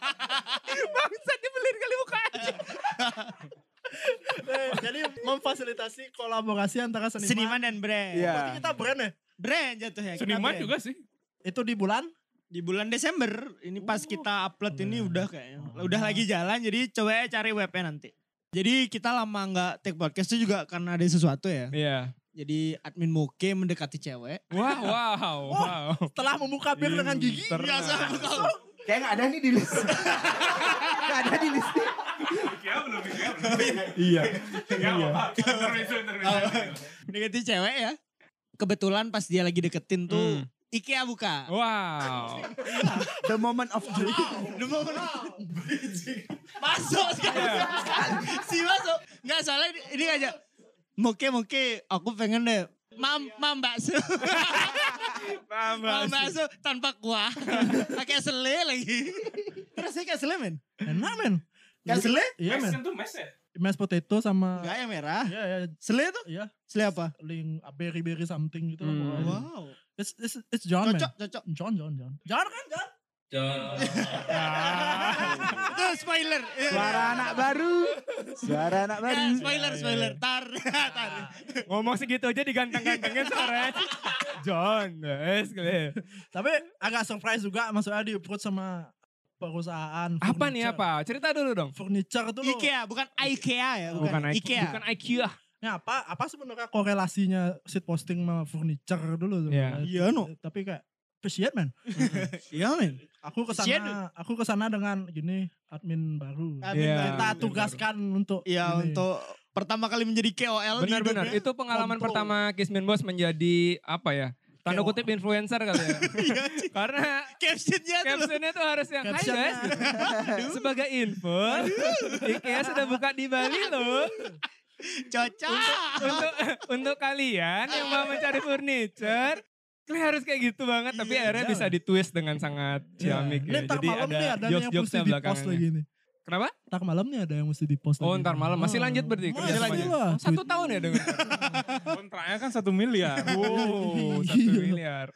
Speaker 6: [laughs] Bangsa nyebelin kali muka aja.
Speaker 4: Eh, Jadi memfasilitasi kolaborasi antara seniman.
Speaker 5: Seniman dan brand.
Speaker 6: Iya.
Speaker 4: Berarti kita brand ya?
Speaker 5: Brand jatuhnya. kita
Speaker 7: Seniman
Speaker 5: brand.
Speaker 7: juga sih.
Speaker 4: Itu di bulan
Speaker 5: Di bulan Desember, ini
Speaker 6: Uh.
Speaker 5: pas kita upload ini udah kayaknya. Udah lagi jalan, jadi coba ya cari webnya nanti. Jadi kita lama nggak take podcast itu juga karena ada sesuatu ya.
Speaker 6: Iya.
Speaker 5: Jadi admin Moke mendekati cewek. [laughs]
Speaker 6: Wow, wow, wow. Iya.
Speaker 4: telah membuka bir dengan gigi.
Speaker 1: Kayak nggak ada nih di list. Nggak ada di list.
Speaker 7: Ya belum ya belum.
Speaker 6: Iya.
Speaker 7: Ya apa? Intermezzo intermezzo.
Speaker 5: Mendekati cewek ya. Kebetulan pas dia lagi deketin
Speaker 7: Hmm.
Speaker 5: tuh IKEA buka.
Speaker 6: Wow.
Speaker 1: The moment of truth.
Speaker 5: The moment [laughs] masuk sekali. si masuk. Nggak soalnya ini- ini aja. Moke moke aku pengen deh. Mam, mam [laughs] bakso. mam bakso tanpa [laughs] kuah. Pakai sele lagi. Terus saya kayak sele men.
Speaker 4: Enak men.
Speaker 5: Kayak sele?
Speaker 4: Iya
Speaker 7: Mes
Speaker 4: men.
Speaker 7: kan tuh mes ya.
Speaker 4: Mashed potato sama
Speaker 5: Enggak yang merah.
Speaker 4: Iya, iya,
Speaker 5: Sele tuh?
Speaker 4: iya.
Speaker 5: Sele apa?
Speaker 4: Ling berry berry something gitu.
Speaker 6: Hmm.
Speaker 4: lah pokoknya.
Speaker 5: Wow.
Speaker 4: It's, it's, it's John
Speaker 5: Cocok, cocok.
Speaker 4: man. John, John, John. John kan John.
Speaker 5: Itu spoiler. Iya.
Speaker 1: Suara anak baru. Suara anak
Speaker 5: Ya,
Speaker 1: baru.
Speaker 5: spoiler, spoiler. Tar, tar.
Speaker 6: Ngomong segitu aja diganteng-gantengin
Speaker 5: [laughs]
Speaker 6: suaranya. John, gitu. es kali.
Speaker 4: Tapi agak surprise juga maksudnya di approach sama perusahaan.
Speaker 6: Apa nih
Speaker 4: furniture.
Speaker 6: apa? Cerita dulu dong.
Speaker 4: Furniture tuh loh.
Speaker 5: Ikea, bukan IKEA ya. Bukan,
Speaker 6: Bukan IQ,
Speaker 5: IKEA.
Speaker 6: bukan IQ ah.
Speaker 4: Nah, apa apa sebenarnya korelasinya seat posting sama furniture dulu sebenarnya.
Speaker 5: Iya, no.
Speaker 4: Tapi kayak appreciate man.
Speaker 5: Iya, men.
Speaker 4: Aku
Speaker 5: Appreciate,
Speaker 4: kesana aku kesana dengan gini admin baru.
Speaker 5: Admin
Speaker 6: Iya.
Speaker 4: Kita
Speaker 5: baru.
Speaker 4: tugaskan untuk
Speaker 5: Iya,
Speaker 4: ini.
Speaker 5: untuk pertama kali menjadi KOL di
Speaker 6: Benar-benar.
Speaker 5: hidupnya.
Speaker 6: Itu pengalaman
Speaker 4: Kontrol.
Speaker 6: pertama Kismin Bos menjadi apa ya? Tanda
Speaker 4: Kayak-
Speaker 6: kutip influencer kali ya.
Speaker 5: [laughs] Iya, Ci.
Speaker 6: Karena
Speaker 5: captionnya tuh loh.
Speaker 6: captionnya tuh harus yang Hai
Speaker 4: Captionnya.
Speaker 6: guys Sebagai info IKEA sudah buka di Bali loh
Speaker 5: cocok.
Speaker 6: Untuk [laughs] untuk kalian yang mau mencari furniture Kalian harus kayak gitu banget Tapi akhirnya bisa ditwist dengan sangat
Speaker 4: Iya.
Speaker 6: ciamik
Speaker 4: Ini
Speaker 6: ya.
Speaker 4: ntar
Speaker 6: Jadi
Speaker 4: malam
Speaker 6: ada
Speaker 4: nih ada nih yang mesti
Speaker 6: jokes-jokesnya
Speaker 4: di post lagi
Speaker 6: belakangannya
Speaker 4: nih.
Speaker 6: Kenapa?
Speaker 4: Ntar malam nih ada yang mesti di post
Speaker 6: Oh
Speaker 4: lagi.
Speaker 6: ntar malam Masih
Speaker 4: Ah.
Speaker 6: lanjut berarti kerja
Speaker 4: Masih
Speaker 6: semuanya?
Speaker 4: lah.
Speaker 6: Oh, Satu tahun ya dengan
Speaker 7: Kontraknya kan satu miliar.
Speaker 6: Wow Satu
Speaker 4: Iya.
Speaker 6: miliar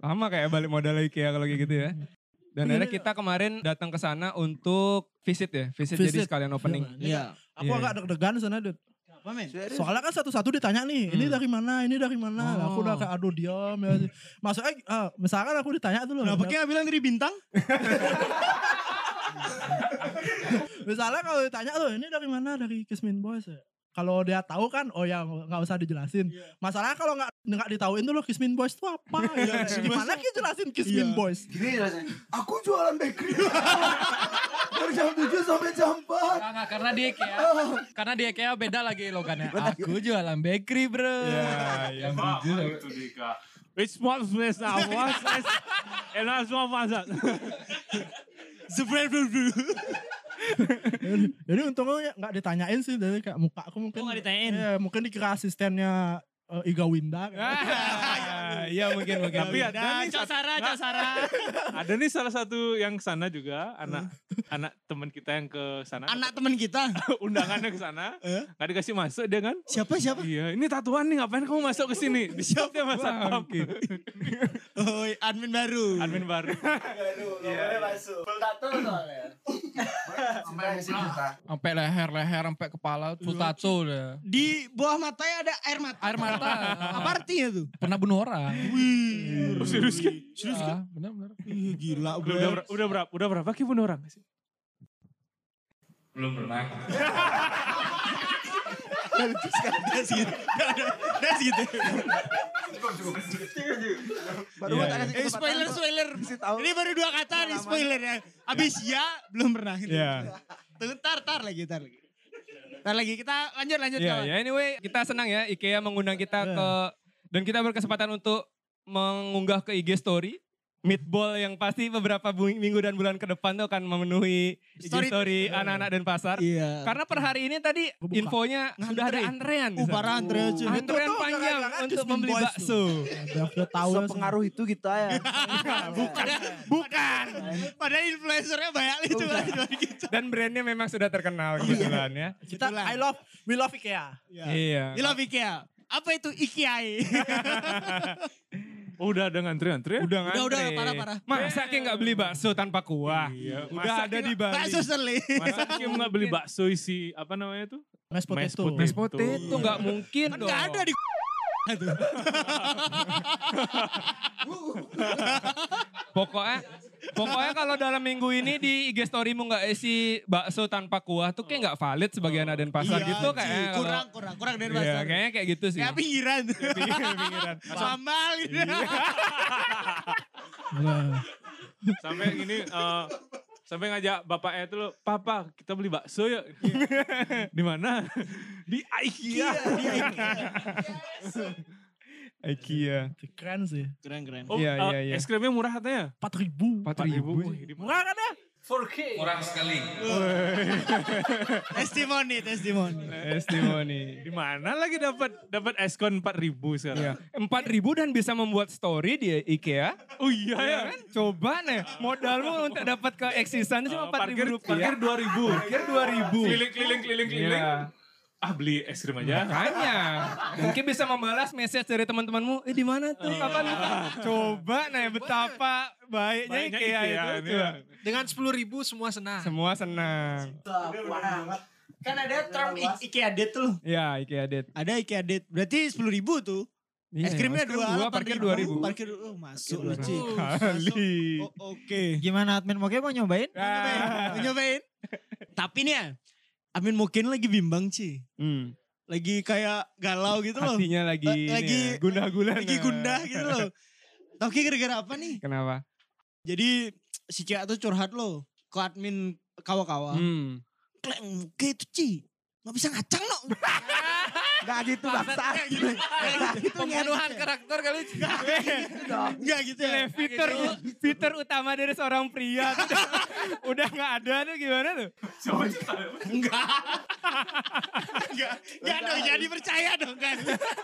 Speaker 6: Lama kayak balik modal IKEA kalau kayak gitu ya dan akhirnya
Speaker 4: Iya.
Speaker 6: kita kemarin datang ke sana untuk visit ya, visit, jadi
Speaker 4: Visit.
Speaker 6: sekalian opening.
Speaker 5: Iya.
Speaker 4: Aku
Speaker 6: Iya.
Speaker 4: agak deg-degan sana, Dut.
Speaker 5: Apa, men?
Speaker 4: Soalnya kan satu-satu ditanya nih, ini
Speaker 5: Hmm.
Speaker 4: dari mana, ini dari mana. Lah, Aku
Speaker 5: Oh.
Speaker 4: udah kayak aduh diam ya. Maksudnya eh, misalkan aku ditanya tuh loh.
Speaker 5: Kenapa kayak bilang dari bintang?
Speaker 4: [laughs] Misalnya kalau ditanya loh ini dari mana dari Kismin Boys ya? Kalau dia tahu kan, oh ya nggak usah dijelasin.
Speaker 5: Iya.
Speaker 4: Masalahnya kalau nggak nggak ditahuin tuh loh Kismin Boys tuh
Speaker 5: [laughs]
Speaker 4: apa? ya, gimana kita jelasin Kismin
Speaker 5: Iya.
Speaker 4: Boys?
Speaker 1: Gini rasanya. Aku jualan bakery. Dari jam 7 sampai jam 4.
Speaker 10: Enggak, karena di IKEA. Karena di IKEA beda lagi logannya.
Speaker 1: Betul.
Speaker 10: Aku jualan bakery, Bro.
Speaker 7: Ya jujur itu Dika.
Speaker 6: It's more space
Speaker 4: [laughs]
Speaker 6: now. More space. And that's more fun.
Speaker 5: Spread dulu dulu.
Speaker 4: Jadi [laughs] jadi untungnya ya nggak ditanyain sih, jadi kayak muka aku mungkin.
Speaker 5: Oh, nggak ditanyain?
Speaker 6: Ah.
Speaker 4: Iya, mungkin dikira asistennya eh, Iga Winda. kan.
Speaker 6: [laughs] iya mungkin mungkin.
Speaker 7: Tapi ada
Speaker 10: Nah,
Speaker 7: nih
Speaker 10: Cak
Speaker 7: satu-
Speaker 10: Sarah, Cak
Speaker 7: Nggak.
Speaker 10: Sarah.
Speaker 7: Ada nih salah satu yang sana juga anak anak teman kita yang ke sana.
Speaker 5: Anak teman kita.
Speaker 7: undangannya ke sana.
Speaker 5: Eh?
Speaker 7: Gak dikasih masuk dia kan?
Speaker 5: Siapa siapa?
Speaker 7: Iya, ini tatuan nih ngapain kamu masuk ke sini? Di siapa dia mas satpam.
Speaker 5: Oh, admin baru.
Speaker 7: Admin baru.
Speaker 3: masuk. Full tato soalnya. Sampai kasih kita.
Speaker 10: Sampai leher-leher, sampai kepala,
Speaker 4: Iya.
Speaker 10: full tato udah.
Speaker 5: Di bawah matanya ada air mata.
Speaker 10: Air mata.
Speaker 5: Apa artinya tuh?
Speaker 10: Pernah bunuh
Speaker 4: [laughs]
Speaker 10: orang.
Speaker 5: Wih.
Speaker 7: Serius kan?
Speaker 5: Serius
Speaker 4: Iya,
Speaker 5: kan?
Speaker 10: Ah, benar-benar.
Speaker 5: Ih, Gila,
Speaker 7: Udah, udah,
Speaker 5: bro.
Speaker 7: berapa- udah berapa? Udah berapa kipun orang?
Speaker 6: Belum pernah.
Speaker 5: Das gitu. Das gitu.
Speaker 1: Baru gua tak kasih
Speaker 5: Eh, spoiler,
Speaker 1: kesempatan.
Speaker 5: spoiler.
Speaker 1: Kasih tahu.
Speaker 5: Ini baru dua kata nih spoiler ya. Abis ya, belum pernah.
Speaker 6: Iya.
Speaker 5: Tunggu, tar, tar lagi, tar lagi. Tar lagi, kita lanjut, lanjut.
Speaker 6: Iya,
Speaker 5: kawan.
Speaker 6: ya anyway kita senang ya IKEA mengundang kita ke dan kita berkesempatan untuk mengunggah ke IG story meatball yang pasti beberapa bu- minggu dan bulan ke depan tuh akan memenuhi IG
Speaker 5: Story.
Speaker 6: story, anak-anak dan pasar.
Speaker 5: Iya.
Speaker 6: Karena per hari ini tadi
Speaker 4: Kebuka.
Speaker 6: infonya
Speaker 5: Ngantri.
Speaker 6: sudah ada antrean. di
Speaker 5: Uh,
Speaker 6: sana.
Speaker 5: parah Andre aja.
Speaker 6: Antrean
Speaker 4: Itu tuh
Speaker 6: panjang
Speaker 4: gara-gara
Speaker 6: untuk
Speaker 4: Justin
Speaker 6: membeli
Speaker 4: Boys
Speaker 6: bakso.
Speaker 4: Udah udah tahu ya, semua.
Speaker 1: Sepengaruh itu kita ya.
Speaker 5: Bukan. Bukan. Padahal influencernya banyak itu. Gitu.
Speaker 6: Dan brandnya memang sudah terkenal kebetulan ya.
Speaker 4: Kita
Speaker 7: gitu
Speaker 4: I love we love IKEA.
Speaker 6: Iya.
Speaker 5: Gila, Ikea. Apa itu Ikea?
Speaker 7: Oh, udah ada ngantri-antri
Speaker 6: Udah
Speaker 7: ya?
Speaker 5: Udah,
Speaker 6: ngantre.
Speaker 5: udah, parah, parah.
Speaker 6: Masa Kim nggak beli bakso tanpa kuah?
Speaker 7: Iya.
Speaker 6: Udah
Speaker 7: Masa
Speaker 6: ada
Speaker 7: Kim
Speaker 6: di Bali.
Speaker 5: Bakso seli.
Speaker 7: Masa Kim gak beli bakso isi apa namanya tuh?
Speaker 4: Mashed
Speaker 7: Mashed
Speaker 4: potato.
Speaker 7: potato.
Speaker 6: Mashed potato nggak mungkin
Speaker 5: Kan
Speaker 6: dong.
Speaker 5: gak ada di
Speaker 6: Pokoknya pokoknya kalau dalam minggu ini di IG storymu nggak isi bakso tanpa kuah tuh kayak nggak valid sebagai
Speaker 7: Oh.
Speaker 6: anak dan pasar
Speaker 5: Iya,
Speaker 6: gitu
Speaker 5: Ci.
Speaker 6: kayaknya. kalau-
Speaker 5: Kurang, kurang, kurang dari
Speaker 6: Iya,
Speaker 5: pasar.
Speaker 6: kayaknya kayak gitu sih.
Speaker 5: Kayak pinggiran.
Speaker 6: [laughs] Pinggiran, pinggiran.
Speaker 5: [laughs]
Speaker 6: Iya.
Speaker 5: Sambal gitu.
Speaker 7: Sampai gini, eh, sampai ngajak bapaknya tuh, Papa kita beli bakso ya. [laughs] di mana? [laughs] Di
Speaker 6: Iya,
Speaker 7: IKEA.
Speaker 10: Eh,
Speaker 6: IKEA.
Speaker 4: Keren sih.
Speaker 5: Keren, keren.
Speaker 7: Oh,
Speaker 6: Iya,
Speaker 7: eh,
Speaker 6: iya, iya.
Speaker 7: es krimnya murah katanya.
Speaker 4: 4000.
Speaker 6: 4000.
Speaker 4: Murah kan ya?
Speaker 3: 4K.
Speaker 5: testimoni, testimoni.
Speaker 6: Testimoni.
Speaker 7: Di mana lagi dapat dapat eskon 4000 sekarang?
Speaker 6: Iya. 4000 dan bisa membuat story di IKEA.
Speaker 7: Oh iya
Speaker 6: Iya
Speaker 7: ya.
Speaker 6: kan? Coba nih modalmu untuk dapat ke eksisan
Speaker 7: Eh,
Speaker 6: cuma 4000
Speaker 7: parkir,
Speaker 6: rupiah.
Speaker 7: parkir 2000.
Speaker 6: Parkir 2000.
Speaker 7: Keliling keliling keliling keliling.
Speaker 6: Iya.
Speaker 7: Ah beli es krim aja.
Speaker 6: Makanya mungkin bisa membalas message dari teman-temanmu. Eh di mana tuh? Kapan? Coba nih betapa baiknya
Speaker 7: Baiknya
Speaker 6: IKEA,
Speaker 7: IKEA,
Speaker 6: itu. Nah.
Speaker 7: iya.
Speaker 10: Dengan 10 ribu semua senang.
Speaker 6: Semua senang.
Speaker 5: Kan ada term I- Ikea date tuh.
Speaker 6: Ya IKEA date.
Speaker 5: Ada Ikea date. Berarti 10 ribu tuh. es krimnya
Speaker 6: Iya, dua,
Speaker 5: dua,
Speaker 6: parkir
Speaker 5: 8.000.
Speaker 6: 2000.
Speaker 5: Parkir, oh, masuk loh, Ci.
Speaker 6: Kali.
Speaker 5: Oh, Oke.
Speaker 10: Gimana admin mau mau nyobain?
Speaker 5: Mau
Speaker 6: Nah.
Speaker 5: nyobain? Mau nyobain? Tapi nih ya, Amin mungkin lagi bimbang, Ci.
Speaker 6: Hmm.
Speaker 5: Lagi kayak galau gitu loh.
Speaker 6: Hatinya lagi,
Speaker 5: Lagi-
Speaker 6: ini ya, gundah-gulana.
Speaker 5: Lagi gundah gitu loh. Tapi gara-gara apa nih?
Speaker 6: Kenapa?
Speaker 5: Jadi si Cia tuh curhat loh ke admin kawa-kawa.
Speaker 6: Hmm.
Speaker 5: Kleng muka itu Ci. Gak bisa ngacang no.
Speaker 1: Gak gitu bangsa. Gak gitu
Speaker 10: [laughs] Pembunuhan karakter kali.
Speaker 5: Gak gitu ya.
Speaker 6: Fitur fitur utama dari seorang pria tuh [laughs] udah- udah nggak ada tuh gimana tuh?
Speaker 7: Coba cerita.
Speaker 5: Enggak. Enggak. [laughs] Ya dong jadi percaya dong kan. [laughs]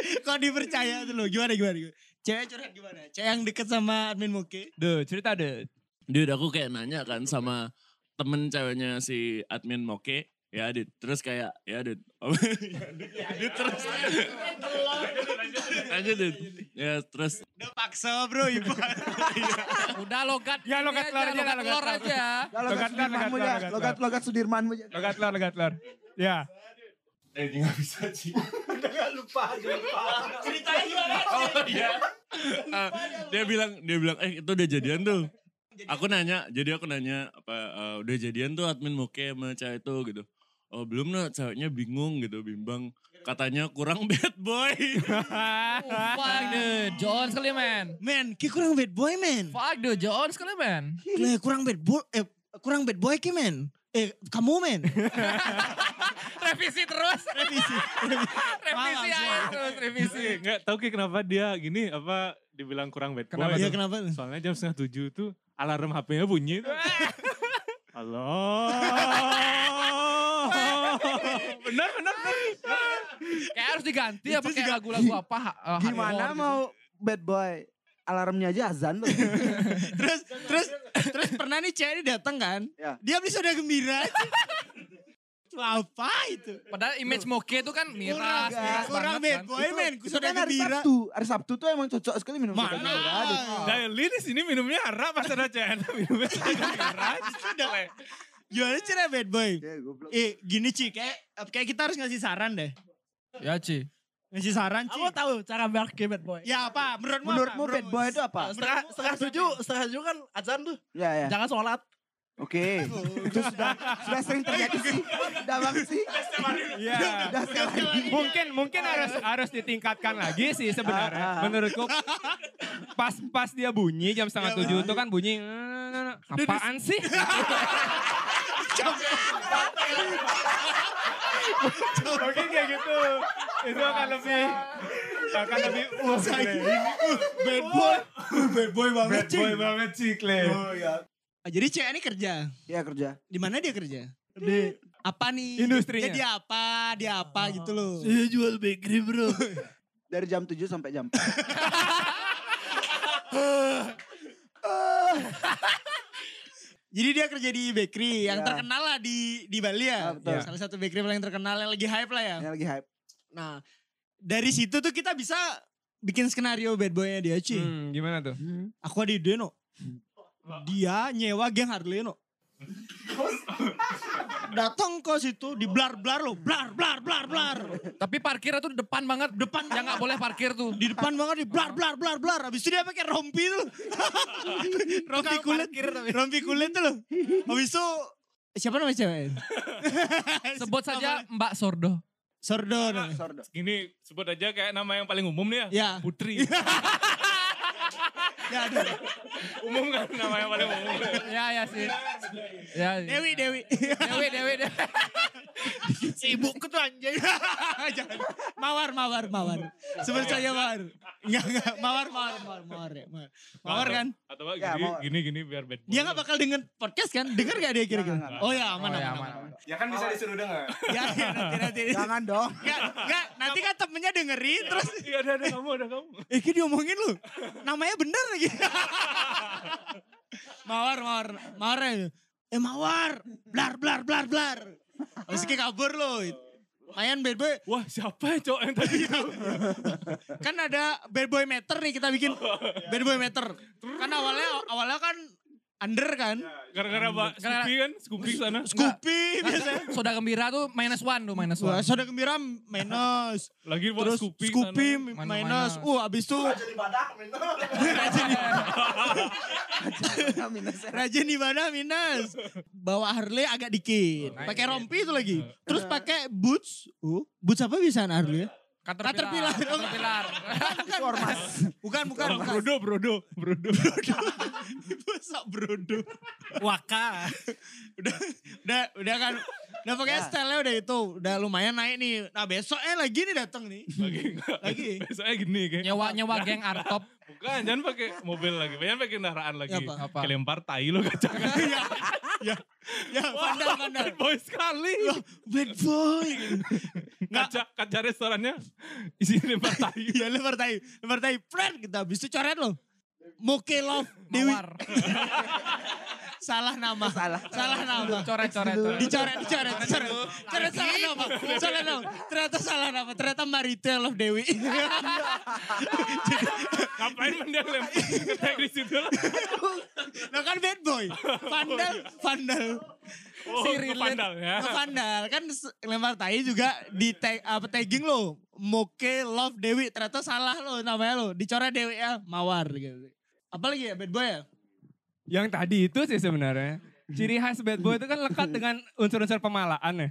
Speaker 5: Kok dipercaya tuh loh. Gimana gimana. gimana? Cewek curhat gimana? Cewek yang deket sama admin Moke.
Speaker 6: Duh, cerita deh.
Speaker 2: Dude aku kayak nanya kan sama temen ceweknya si admin Moke. Ya Adit, terus kayak, ya Adit. Oh, [laughs] ya Adit terus. Lanjut, Adit. Ya terus
Speaker 5: Udah paksa
Speaker 10: [laughs]
Speaker 5: bro ibu. Iya.
Speaker 10: Udah logat.
Speaker 6: Ya, logat
Speaker 10: ini logat
Speaker 6: telur aja, logat
Speaker 10: telur
Speaker 6: telur.
Speaker 10: aja.
Speaker 1: Logat
Speaker 6: Logat, logat,
Speaker 1: Sudirmanmu ya.
Speaker 6: logat, logat.
Speaker 1: Logat logat Sudirmanmu ya.
Speaker 6: Logat telur, logat telur. Ya.
Speaker 2: Oh iya. Ah, dia bilang dia bilang eh itu udah jadian tuh. Aku nanya, jadi aku nanya apa eh, udah jadian tuh admin moke sama cewek itu gitu. Oh belum no, ceweknya bingung gitu, bimbang. Katanya kurang bad boy.
Speaker 10: Fuck dude, John sekali man.
Speaker 5: Men, ki kurang bad boy men.
Speaker 10: Fuck dude, John sekali man.
Speaker 5: Lah kurang bad boy. Eh kurang bad boy ki men. Eh kamu
Speaker 10: [laughs]
Speaker 5: men.
Speaker 10: Revisi terus.
Speaker 5: Revisi.
Speaker 10: [laughs] revisi aja terus, revisi.
Speaker 7: Enggak Iya tahu kayak kenapa dia gini apa dibilang kurang bad boy.
Speaker 6: Kenapa
Speaker 5: Iya
Speaker 7: tuh.
Speaker 5: kenapa?
Speaker 7: Soalnya jam setengah tujuh tuh alarm HP-nya bunyi tuh. Halo. benar benar.
Speaker 10: Kayak harus diganti ya pakai lagu-lagu apa. eh, hardcore
Speaker 1: Gimana
Speaker 10: gitu.
Speaker 1: mau bad boy? Alarmnya aja azan tuh.
Speaker 5: terus terus terus pernah nih cewek ini datang kan?
Speaker 1: Ya.
Speaker 5: Dia beli soda gembira. Itu apa itu?
Speaker 10: Padahal image moke itu kan miras, miras
Speaker 5: kurang
Speaker 10: banget
Speaker 5: bad boy men,
Speaker 1: Itu
Speaker 5: soda
Speaker 1: kan hari
Speaker 5: gembira.
Speaker 1: Sabtu. Hari Sabtu tuh emang cocok sekali minum soda
Speaker 5: Mana?
Speaker 1: gembira. Aduh.
Speaker 6: Iya,
Speaker 7: Daily di sini minumnya harap pas ada CN [laughs] minumnya keras.
Speaker 5: Gimana cara bad boy?
Speaker 1: Ya, goblok.
Speaker 5: Eh gini Ci, kayak, kayak kita harus ngasih saran deh.
Speaker 10: Ya Ci.
Speaker 5: Ngasih saran Ci.
Speaker 4: Aku tahu cara biar bad boy.
Speaker 10: Iya.
Speaker 5: Ya apa? Menurutmu
Speaker 1: Menurutmu
Speaker 5: apa?
Speaker 1: bad boy itu apa?
Speaker 4: Setengah, setengah tujuh, setengah tujuh kan azan tuh.
Speaker 1: Ya, ya.
Speaker 4: Jangan sholat.
Speaker 1: Oke. Itu sudah sudah sering terjadi sih. Udah bang sih.
Speaker 6: Iya.
Speaker 1: Udah sekali lagi.
Speaker 6: Mungkin mungkin harus harus ditingkatkan lagi
Speaker 1: Ah,
Speaker 6: sih
Speaker 1: ah.
Speaker 6: sebenarnya. Menurutku pas pas dia bunyi jam setengah tujuh itu kan bunyi "Eh, apaan sih?
Speaker 7: Mungkin kayak gitu. Itu akan lebih akan lebih
Speaker 6: uh,
Speaker 7: wah keren.
Speaker 5: Bad boy. bad boy banget
Speaker 7: Bad boy banget sih Clay.
Speaker 5: Jadi cewek ini kerja.
Speaker 1: Ya kerja.
Speaker 5: Di mana dia kerja?
Speaker 4: Di
Speaker 5: Apa nih?
Speaker 6: Industrinya.
Speaker 5: Jadi apa? Dia apa gitu loh.
Speaker 4: Saya jual bakery bro.
Speaker 1: Dari jam 7 sampai jam 4.
Speaker 5: Jadi dia kerja di bakery yang
Speaker 1: Ya.
Speaker 5: terkenal lah di di Bali
Speaker 1: Ya,
Speaker 5: ya.
Speaker 1: betul.
Speaker 5: Salah satu bakery paling terkenal yang lagi hype lah ya.
Speaker 1: Ini lagi hype.
Speaker 5: Nah, dari situ tuh kita bisa bikin skenario bad boy-nya dia, Ci.
Speaker 6: Hmm, gimana tuh?
Speaker 5: Aku ada ide, no. Dia nyewa geng Harley, no. Datang ke situ, di blar-blar lo, blar blar blar blar.
Speaker 10: Tapi parkirnya tuh depan banget. Depan. Yang gak boleh parkir
Speaker 4: [laughs]
Speaker 10: tuh.
Speaker 5: Di depan banget di blar blar blar blar. Habis itu dia pakai rompi
Speaker 10: [laughs]
Speaker 5: tuh. rompi kulit, rompi kulit tuh loh. Habis itu siapa namanya cewek?
Speaker 10: [laughs] Sebut saja Mbak Sordo.
Speaker 5: Sordo. namanya.
Speaker 7: [laughs]
Speaker 1: Sordo.
Speaker 7: Gini sebut aja kayak nama yang paling umum
Speaker 10: Iya.
Speaker 7: nih ya.
Speaker 5: Ya.
Speaker 7: Putri.
Speaker 5: Ya, aduh.
Speaker 7: umum kan nama yang paling umum.
Speaker 10: Ya ya sih. Ya.
Speaker 5: Dewi, Dewi.
Speaker 10: Dewi Dewi
Speaker 4: [laughs]
Speaker 10: Dewi.
Speaker 5: Sibuk tuh anjing. Jangan. Mawar, mawar, mawar. Sebut
Speaker 1: Iya.
Speaker 5: saja mawar. Enggak, enggak. Mawar, mawar, mawar, mawar. ya, Mawar, mawar kan?
Speaker 7: Atau apa,
Speaker 1: Ya,
Speaker 7: gini,
Speaker 1: mawar.
Speaker 7: gini gini biar bad boy.
Speaker 5: Dia gak bakal denger podcast kan? Dengar gak dia
Speaker 1: Nggak,
Speaker 5: kira-kira?
Speaker 1: nggak,
Speaker 5: Oh ya,
Speaker 10: Oh,
Speaker 5: aman, aman,
Speaker 10: ya,
Speaker 5: aman.
Speaker 10: aman,
Speaker 5: aman.
Speaker 3: Ya kan bisa disuruh denger.
Speaker 5: Ya, ya, nanti, nanti.
Speaker 1: [laughs] Jangan dong.
Speaker 5: Enggak, enggak. Nanti kan temennya dengerin terus.
Speaker 7: Iya ada ada kamu ada kamu.
Speaker 1: Iya.
Speaker 5: Eh, ini diomongin lu. Namanya bener lagi. [laughs] mawar, mawar. Mawar ya. Eh, mawar. Blar, blar, blar, blar. Terus kayak kabur lo. Mayan bad boy.
Speaker 7: Wah siapa ya cowok yang tadi itu?
Speaker 5: kan ada bad boy meter nih kita bikin bad boy meter kan awalnya awalnya kan under kan
Speaker 7: Gara-gara Mbak Scoopy kan, Scoopy sana.
Speaker 5: Scoopy biasanya
Speaker 10: Soda gembira tuh minus one tuh minus
Speaker 5: Wah,
Speaker 10: one.
Speaker 5: soda gembira minus.
Speaker 7: Nah, Lagi buat
Speaker 5: Terus
Speaker 7: Scoopy,
Speaker 6: kan.
Speaker 5: Scoopy,
Speaker 7: sana.
Speaker 5: mi-
Speaker 10: Minus,
Speaker 5: minus.
Speaker 10: minus.
Speaker 5: Uh, abis itu
Speaker 3: Jadi badak minum.
Speaker 1: Minus.
Speaker 5: Raja Nibana minus. Bawa Harley agak dikit. Pakai rompi itu lagi. Terus pakai boots. Uh, boots apa bisa Harley? Caterpillar.
Speaker 10: Caterpillar. Caterpillar.
Speaker 1: Itu ormas.
Speaker 5: Bukan, bukan,
Speaker 7: Orang
Speaker 5: bukan.
Speaker 7: Brodo, brodo, brodo.
Speaker 5: Masa brodo. Waka. [laughs] udah, udah, udah kan. Udah pakai
Speaker 1: Ya.
Speaker 5: style-nya udah itu. Udah lumayan naik nih. Nah besoknya lagi nih datang nih. [laughs]
Speaker 7: Lagi enggak.
Speaker 10: [laughs]
Speaker 5: Lagi.
Speaker 7: Besoknya gini kayak.
Speaker 10: Nyewa nyewa geng artop.
Speaker 7: Bukan, jangan pakai mobil lagi. Jangan pakai kendaraan lagi.
Speaker 5: Apa?
Speaker 10: Apa?
Speaker 7: Kelempar tai lo kacang.
Speaker 5: ya, ya, ya, pandang, pandang.
Speaker 7: Bad kan, boy sekali.
Speaker 5: Bad boy.
Speaker 7: Kaca, kaca restorannya isi lempar tai.
Speaker 5: Iya lempar tai. Lempar tai. Friend kita habis itu coret loh. Moke love. Dewi.
Speaker 10: Mawar.
Speaker 5: [laughs] Salah nama.
Speaker 1: Salah.
Speaker 5: Salah nama.
Speaker 10: Coret coret. coret.
Speaker 5: Dicoret, dicoret, dicoret. Coret salah nama. Salah nama. Ternyata salah nama. Ternyata Marita love Dewi.
Speaker 7: Ngapain mendiang
Speaker 5: [laughs]
Speaker 7: lempar
Speaker 5: Iya.
Speaker 7: ketek di situ lah.
Speaker 5: Lo kan bad boy. Vandal, vandal.
Speaker 7: Oh,
Speaker 10: Si relate.
Speaker 7: pandang ya.
Speaker 5: Lo vandal. Kan s- lempar tai juga di tag, apa, tagging lo. Moke Love Dewi. Ternyata salah lo namanya lo. Dicoret Dewi ya. Mawar gitu. Apalagi ya bad boy ya?
Speaker 6: Yang tadi itu sih sebenarnya. Ciri khas bad boy itu kan lekat
Speaker 5: [laughs]
Speaker 6: dengan unsur-unsur pemalaan ya.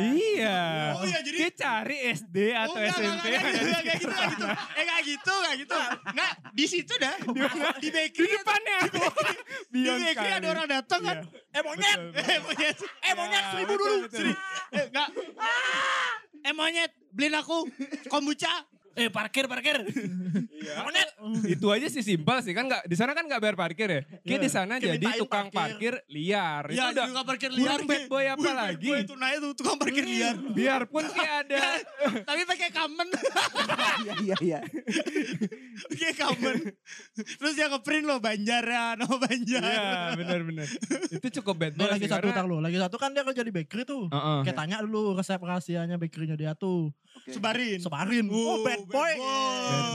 Speaker 6: Iya.
Speaker 5: Oh, iya,
Speaker 6: Dia
Speaker 5: jadi-
Speaker 6: cari SD atau
Speaker 5: Oh, enggak,
Speaker 6: SMP.
Speaker 5: enggak, enggak, enggak, enggak gitu, enggak gitu. Eh enggak gitu, enggak gitu. Enggak, di situ dah. Di
Speaker 6: Di
Speaker 5: bakery.
Speaker 6: depannya.
Speaker 5: Di
Speaker 6: Beyond
Speaker 5: bakery Iya, ada
Speaker 6: Iya, kali. Iya.
Speaker 5: orang datang kan. Eh monyet, eh monyet, eh monyet seribu dulu. Sini. Eh enggak. Eh monyet, beliin aku kombucha. Eh parkir, parkir.
Speaker 6: Iya. [laughs] Itu aja sih simpel sih kan nggak di sana kan nggak bayar parkir ya. Kayak di sana
Speaker 5: Iya. Kayak
Speaker 6: jadi
Speaker 5: mintain
Speaker 6: tukang parkir, liar.
Speaker 5: Ya,
Speaker 6: itu udah
Speaker 5: tukang parkir liar,
Speaker 6: Burung bad boy apa lagi?
Speaker 5: Gue itu naik tuh tukang parkir
Speaker 6: Iya.
Speaker 5: liar.
Speaker 6: Biarpun kayak
Speaker 5: [laughs]
Speaker 6: ada.
Speaker 5: Tapi pakai kamen. [laughs]
Speaker 1: Iya, iya, iya.
Speaker 5: Pakai kamen. Terus yang nge-print lo Banjaran, oh Banjar.
Speaker 6: Iya, benar-benar. Itu cukup bad
Speaker 4: Nih
Speaker 6: boy
Speaker 4: lagi
Speaker 6: sih,
Speaker 4: satu
Speaker 6: karena-
Speaker 4: tak lo, lagi satu kan dia kerja di bakery tuh.
Speaker 6: Heeh.
Speaker 4: Kayak tanya dulu resep rahasianya bakerynya dia tuh.
Speaker 5: Sebarin.
Speaker 4: Sebarin. Oh, bad boy.
Speaker 6: Bad
Speaker 5: Oh.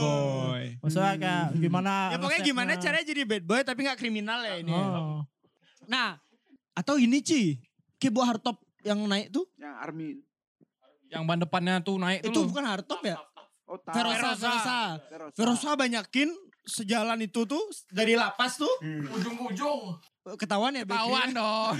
Speaker 6: boy.
Speaker 4: Maksudnya kayak
Speaker 10: Hmm.
Speaker 4: gimana?
Speaker 5: Ya pokoknya
Speaker 4: resepnya.
Speaker 5: gimana caranya jadi bad boy tapi gak kriminal ya ini.
Speaker 4: Oh.
Speaker 5: Nah, atau ini Ci, kayak buah hardtop yang naik tuh.
Speaker 1: Yang Ya, army.
Speaker 10: Yang ban depannya tuh naik
Speaker 5: Itu
Speaker 6: Hmm.
Speaker 10: tuh.
Speaker 5: bukan hardtop ya?
Speaker 1: Oh, tahu.
Speaker 5: Verosa, Verosa.
Speaker 1: Verosa.
Speaker 5: Verosa banyakin sejalan itu tuh dari lapas tuh
Speaker 10: Ujung-ujung.
Speaker 5: ketahuan ya
Speaker 10: Tawan
Speaker 5: [laughs]
Speaker 10: dong.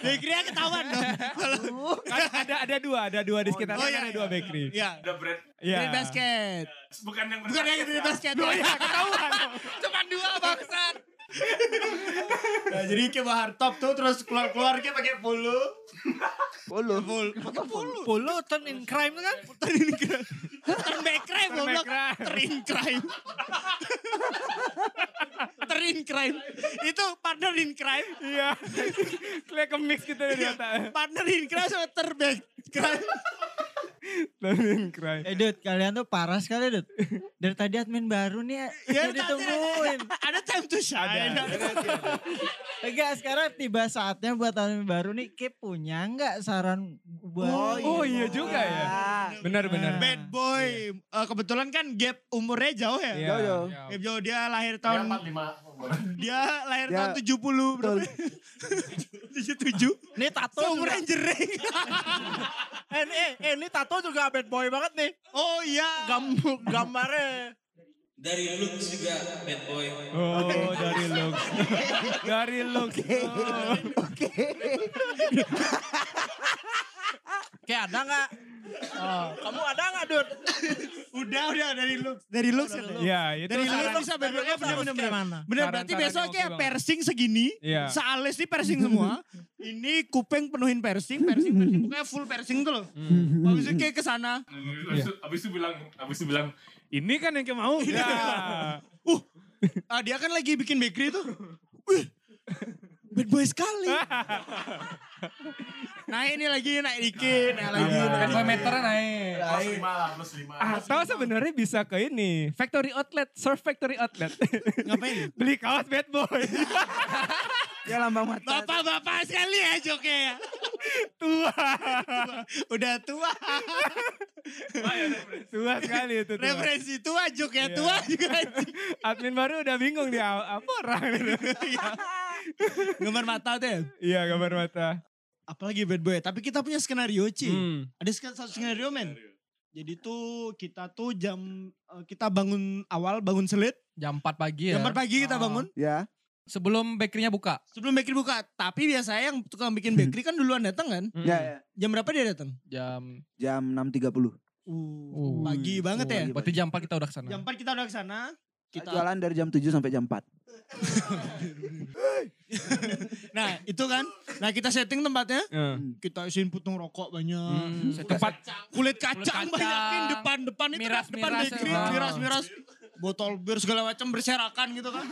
Speaker 5: bakery ketahuan dong. Kalau
Speaker 6: Kan ada ada dua, ada dua di sekitar
Speaker 5: Oh,
Speaker 6: sana
Speaker 5: iya,
Speaker 6: ada dua bakery.
Speaker 5: ya,
Speaker 7: Ada bread.
Speaker 6: Iya.
Speaker 5: dari basket.
Speaker 7: Bukan yang
Speaker 5: Bukan yang dari basket. Oh ya, ketahuan.
Speaker 10: Cuman dua bangsat.
Speaker 5: Nah, jadi kayak bawa hardtop tuh terus keluar-keluar kayak pakai polo.
Speaker 1: Polo.
Speaker 5: Polo. Pakai polo.
Speaker 8: Polo turn in crime kan?
Speaker 5: [laughs] Turn in crime. Turn back crime goblok. Turn in crime. Turn in crime. Itu partner in crime.
Speaker 6: Iya. [laughs] Kayak ke mix gitu
Speaker 5: Iya.
Speaker 6: di otak.
Speaker 5: Partner in crime sama turn back crime.
Speaker 6: Lamin cry.
Speaker 11: Eh Dut, kalian tuh parah sekali Dut. Dari tadi admin baru nih
Speaker 5: Ya,
Speaker 4: Iya,
Speaker 11: ya ditungguin.
Speaker 5: Ada time to shine.
Speaker 11: Enggak, sekarang tiba saatnya buat admin baru nih. Ki punya nggak saran buat...
Speaker 6: Oh iya juga ya. Benar benar.
Speaker 5: Bad boy. Eh, kebetulan kan gap umurnya jauh ya.
Speaker 6: Iya.
Speaker 1: Yo, yo.
Speaker 5: Gap jauh dia lahir tahun dia lahir
Speaker 1: Dia-
Speaker 5: tahun 70 berapa? 77.
Speaker 4: [laughs] Ini tato juga.
Speaker 5: Seumuran jering.
Speaker 4: [laughs] Eh, ini, eh, ini tato juga bad boy banget nih.
Speaker 5: Oh iya.
Speaker 4: Gam, gambarnya.
Speaker 6: Oh dari looks. dari looks.
Speaker 1: Oke.
Speaker 4: Kayak ada nggak? Oh, kamu ada nggak Dut?
Speaker 5: Udah udah dari looks dari looks ya? katanya.
Speaker 6: Iya itu.
Speaker 5: Dari
Speaker 6: saran-
Speaker 5: looks sampai
Speaker 4: dari
Speaker 5: bener
Speaker 4: looks
Speaker 5: bener
Speaker 4: harus
Speaker 5: bener
Speaker 4: kayak mana?
Speaker 5: bener. Bener berarti
Speaker 6: Saran-sarannya
Speaker 5: besok
Speaker 6: oke
Speaker 5: kayak
Speaker 6: banget.
Speaker 5: piercing segini.
Speaker 6: Iya.
Speaker 5: Seales nih piercing
Speaker 4: [laughs]
Speaker 5: semua. Ini kuping penuhin piercing, piercing, piercing. Pokoknya full piercing tuh loh.
Speaker 4: Hmm.
Speaker 5: Habis itu kayak kesana.
Speaker 7: Abis, itu- abis itu bilang, abis itu bilang, ini kan yang kayak mau.
Speaker 5: Ya.
Speaker 6: Iya.
Speaker 5: Uh, ah, dia kan lagi bikin bakery tuh. Wih, bad boy sekali. nah ini lagi naik dikit, naik lagi.
Speaker 6: Nah.
Speaker 10: Bad
Speaker 5: naik
Speaker 10: boy
Speaker 5: dikit.
Speaker 10: meternya naik.
Speaker 3: Iya. Plus lima lah, plus lima.
Speaker 6: Atau Ah, sebenarnya bisa ke ini factory outlet, surf factory outlet.
Speaker 5: Ngapain?
Speaker 6: [laughs] Beli kaos bad boy. [laughs]
Speaker 1: Ya lambang mata.
Speaker 5: Bapak-bapak sekali ya joke ya.
Speaker 6: tua,
Speaker 5: Udah tua.
Speaker 6: tua sekali itu. Tua.
Speaker 5: Referensi tua joke ya. Tua juga. anjing.
Speaker 6: Admin baru udah bingung dia apa orang. [laughs] ini.
Speaker 5: Gambar mata tuh ya.
Speaker 6: Iya gambar mata.
Speaker 5: Apalagi bad boy. Tapi kita punya skenario Ci.
Speaker 6: Hmm.
Speaker 5: Ada sk- satu skenario men. Jadi tuh kita tuh jam. eh, Kita bangun awal, bangun selit.
Speaker 10: Jam 4
Speaker 4: Iya.
Speaker 10: pagi ya.
Speaker 5: Jam 4 pagi kita
Speaker 10: Ah.
Speaker 5: bangun.
Speaker 1: Ya.
Speaker 10: Sebelum bakerynya buka.
Speaker 5: Sebelum bakery buka. Tapi biasanya yang tukang bikin bakery kan duluan datang kan.
Speaker 6: Hmm.
Speaker 1: Ya, ya.
Speaker 5: Jam berapa dia datang?
Speaker 10: Jam.
Speaker 1: Jam 6.30.
Speaker 5: Uh, pagi banget ya.
Speaker 1: pagi.
Speaker 10: Berarti jam 4 kita udah kesana.
Speaker 5: Jam 4 kita udah ke sana. Kita,
Speaker 1: Jualan dari jam 7 sampai jam 4.
Speaker 5: nah itu kan. Nah kita setting tempatnya.
Speaker 6: Eh.
Speaker 5: Kita isiin putung rokok banyak.
Speaker 10: Hmm,
Speaker 5: Tempat kulit kacang
Speaker 10: kacang.
Speaker 5: banyakin depan-depan itu kan. Depan
Speaker 10: Miras-miras
Speaker 5: bakery.
Speaker 10: ya.
Speaker 5: Miras-miras. Botol bir segala macam berserakan gitu kan.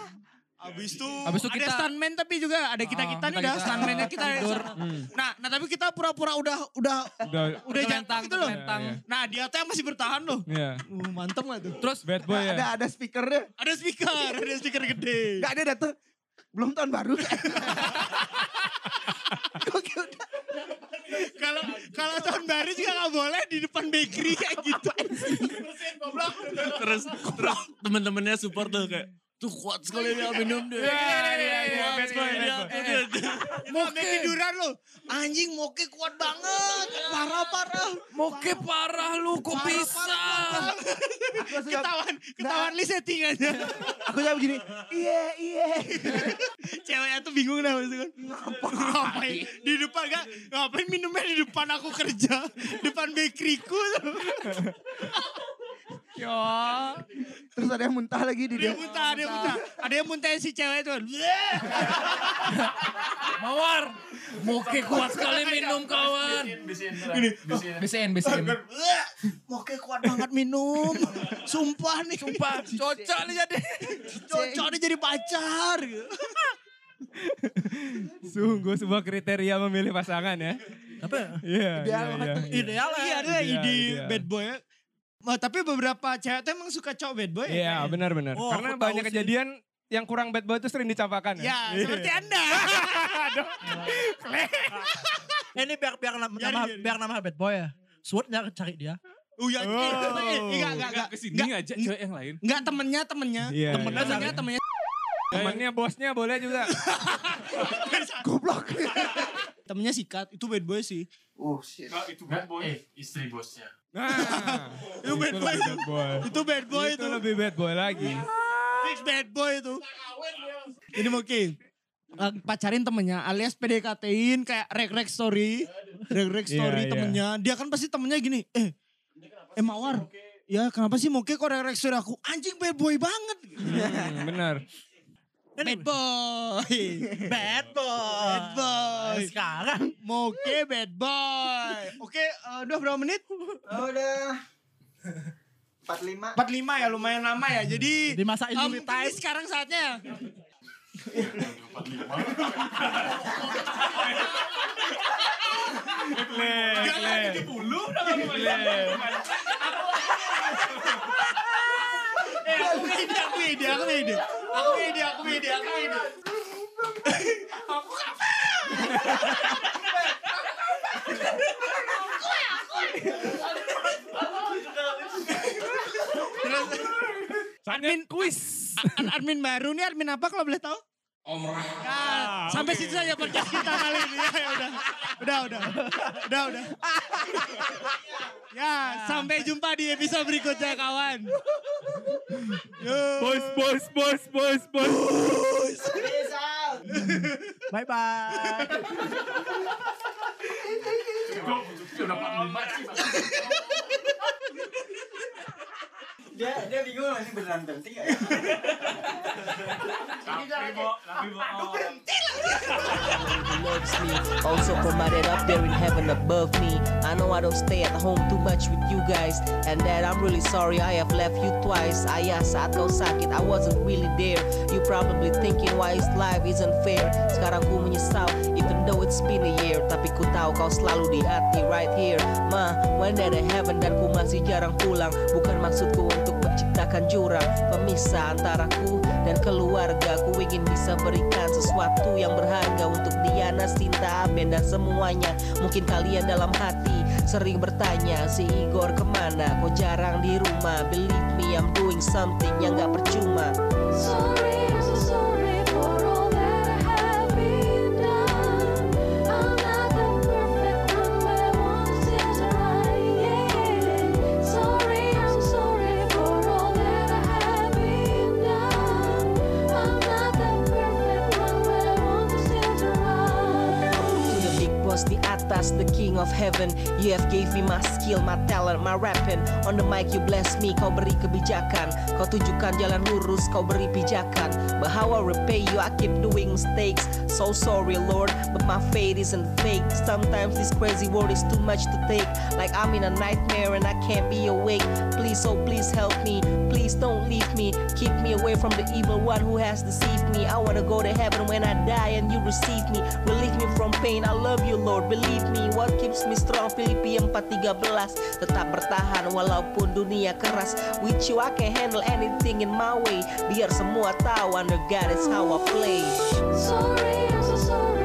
Speaker 5: Abis itu,
Speaker 10: Abis itu
Speaker 5: ada
Speaker 10: kita-
Speaker 5: stuntman tapi juga ada kita-kita
Speaker 10: Ah,
Speaker 5: nih dah.
Speaker 10: kita-kita.
Speaker 5: Stuntman-nya kita. ada di
Speaker 10: Tidur.
Speaker 5: sana. Nah, nah tapi kita pura-pura udah udah
Speaker 6: Udah-
Speaker 5: udah jatuh
Speaker 10: Kelentang,
Speaker 5: gitu loh.
Speaker 10: kelentang.
Speaker 4: Iya.
Speaker 5: Nah dia tuh yang masih bertahan loh.
Speaker 6: Iya.
Speaker 5: Uh, mantep gak tuh?
Speaker 6: Terus bad boy ya.
Speaker 1: Ada ada speakernya.
Speaker 5: Ada speaker, ada speaker gede.
Speaker 1: Enggak ada datang. Belum tahun
Speaker 6: [laughs]
Speaker 1: baru. Kok kayak udah.
Speaker 5: Kalau kalau tahun baru juga gak boleh di depan bakery kayak gitu.
Speaker 2: terus terus temen-temennya support tuh kayak tuh kuat sekali dia minum deh.
Speaker 6: iya, iya, bad boy, bad boy.
Speaker 2: Dia- dia- dia-
Speaker 5: Moke tiduran loh. Anjing moke kuat banget. Parah-parah.
Speaker 10: Moke parah lu kok bisa.
Speaker 5: Ketahuan, ketahuan li settingannya.
Speaker 1: Aku jawab gini. Iya, iya.
Speaker 5: Ceweknya tuh bingung dah maksudnya. Ngapain? Di depan gak? Ngapain minumnya di depan aku kerja? Depan bakeryku tuh.
Speaker 10: Yo.
Speaker 1: Terus ada yang muntah lagi di dia.
Speaker 5: Dia muntah, dia muntah. Ada yang muntahin si cewek tuh.
Speaker 10: Mawar.
Speaker 4: [laughs] Iya.
Speaker 10: Moke kuat sekali minum kawan. oh,
Speaker 3: Bisiin, bisiin,
Speaker 5: Gini.
Speaker 3: bisiin.
Speaker 10: BCN, BCN.
Speaker 5: Oke kuat banget minum. Sumpah nih.
Speaker 10: Sumpah, cocok nih jadi.
Speaker 5: Cocok nih jadi pacar.
Speaker 6: Sungguh sebuah kriteria memilih pasangan ya.
Speaker 4: Tapi
Speaker 6: Iya.
Speaker 4: Ideal
Speaker 6: iya,
Speaker 4: banget
Speaker 6: iya.
Speaker 4: tuh. Ideal ya.
Speaker 5: Iya, ada
Speaker 6: Ideal,
Speaker 5: ide
Speaker 6: ideal.
Speaker 5: bad boy. Nah, tapi beberapa cewek tuh emang suka cowok bad boy. ya?
Speaker 6: Iya, benar-benar.
Speaker 5: Oh,
Speaker 6: Karena
Speaker 5: aku tahu
Speaker 6: banyak
Speaker 5: sih.
Speaker 6: kejadian yang kurang bad boy itu sering dicampakan
Speaker 5: Ya,
Speaker 6: ya.
Speaker 5: seperti [laughs] Anda.
Speaker 4: Ini biar biar nama nama- biar nama bad boy ya. Swordnya cari dia.
Speaker 5: Oh ya,
Speaker 4: Oh.
Speaker 5: enggak, enggak, enggak.
Speaker 7: Kesini
Speaker 5: Enggak.
Speaker 7: ngajak cewek yang lain.
Speaker 5: Enggak temennya, temennya.
Speaker 7: Iya,
Speaker 5: temennya,
Speaker 7: iya.
Speaker 5: temennya, temennya.
Speaker 6: Temennya, bosnya boleh
Speaker 5: [laughs]
Speaker 6: juga.
Speaker 5: Goblok. temennya sikat, itu bad boy sih.
Speaker 3: Oh shit. Nah, itu bad boy. Eh, istri bosnya.
Speaker 5: itu bad boy.
Speaker 6: lebih Nah, bad boy.
Speaker 5: Itu bad boy itu. Ya.
Speaker 6: Itu lebih bad boy lagi.
Speaker 5: Fix bad boy itu. Ini mungkin eh, pacarin temennya alias PDKT-in kayak rek-rek story. Rek-rek
Speaker 6: Iya,
Speaker 5: story
Speaker 6: iya.
Speaker 5: temennya. Dia kan pasti temennya gini, eh, eh Mawar. Ya kenapa sih mungkin kok rek-rek story aku? Anjing bad boy [laughs] banget.
Speaker 6: Hmm, benar.
Speaker 5: Bad boy.
Speaker 4: Bad boy.
Speaker 5: Bad boy.
Speaker 4: Sekarang
Speaker 5: Moke bad boy. Oke, eh, udah berapa menit?
Speaker 3: Oh, udah. 45.
Speaker 5: 45 ya lumayan lama ya. Jadi
Speaker 4: Dimasakin
Speaker 5: eh,
Speaker 4: dulu
Speaker 5: mungkin
Speaker 4: time.
Speaker 5: sekarang saatnya.
Speaker 7: Jangan di bulu.
Speaker 5: Eh, aku punya ide, aku punya ide, aku punya ide. Aku punya ide, aku punya ide, aku punya ide. Terus admin kuis. Admin baru nih admin apa kalau boleh tahu? Om sampai situ saja podcast kita kali ini. Ya, ya udah. Udah, udah. Udah, udah. ya, sampai jumpa di episode berikutnya kawan.
Speaker 6: Boys, boys, boys, boys, boys.
Speaker 3: Peace out.
Speaker 4: Bye bye.
Speaker 3: Cukup, cukup, udah 45 sih. Dia dia bingung ini beneran penting ya. Tapi bo, tapi bo. Aduh berhenti
Speaker 12: loves me. Also promoted up there in heaven above me. I know I don't stay at home too much with you guys, and that I'm really sorry I have left you twice. Ah, I Sato sakit, I wasn't really there. You probably thinking why his life isn't fair. Sekarang ku menyesal, even though it's been a year. Tapi ku tahu kau selalu di hati right here. Ma, when that heaven dan ku masih jarang pulang. Bukan maksudku untuk menciptakan jurang pemisah antaraku dan keluarga. Ku ingin bisa berikan sesuatu yang berharga untuk Diana, Sinta, Aben dan semuanya. Mungkin kalian dalam hati sering bertanya si Igor kemana? Kok jarang di rumah? Believe me, I'm doing something yang gak percuma.
Speaker 13: Sorry, I'm so sorry for all that I have been done. I'm not the perfect one, but I want to just right. Sorry, I'm so sorry for all that I have been done. I'm not the perfect one, but I want to just right.
Speaker 12: To the big boss, the atas, the king of heaven You have gave me my skill, my talent, my rapping On the mic you bless me, kau beri kebijakan Kau tunjukkan jalan lurus, kau beri pijakan But how I repay you, I keep doing mistakes So sorry Lord, but my fate isn't fake Sometimes this crazy world is too much to take Like I'm in a nightmare and I can't be awake Please, oh please help me Please don't leave me Keep me away from the evil one who has deceived me I wanna go to heaven when I die and you receive me Relieve me from pain, I love you Lord Believe me, what keeps me strong Filipi 4.13 Tetap bertahan walaupun dunia keras With you I can handle anything in my way Biar semua tahu under God is how I play
Speaker 13: Sorry, I'm so sorry.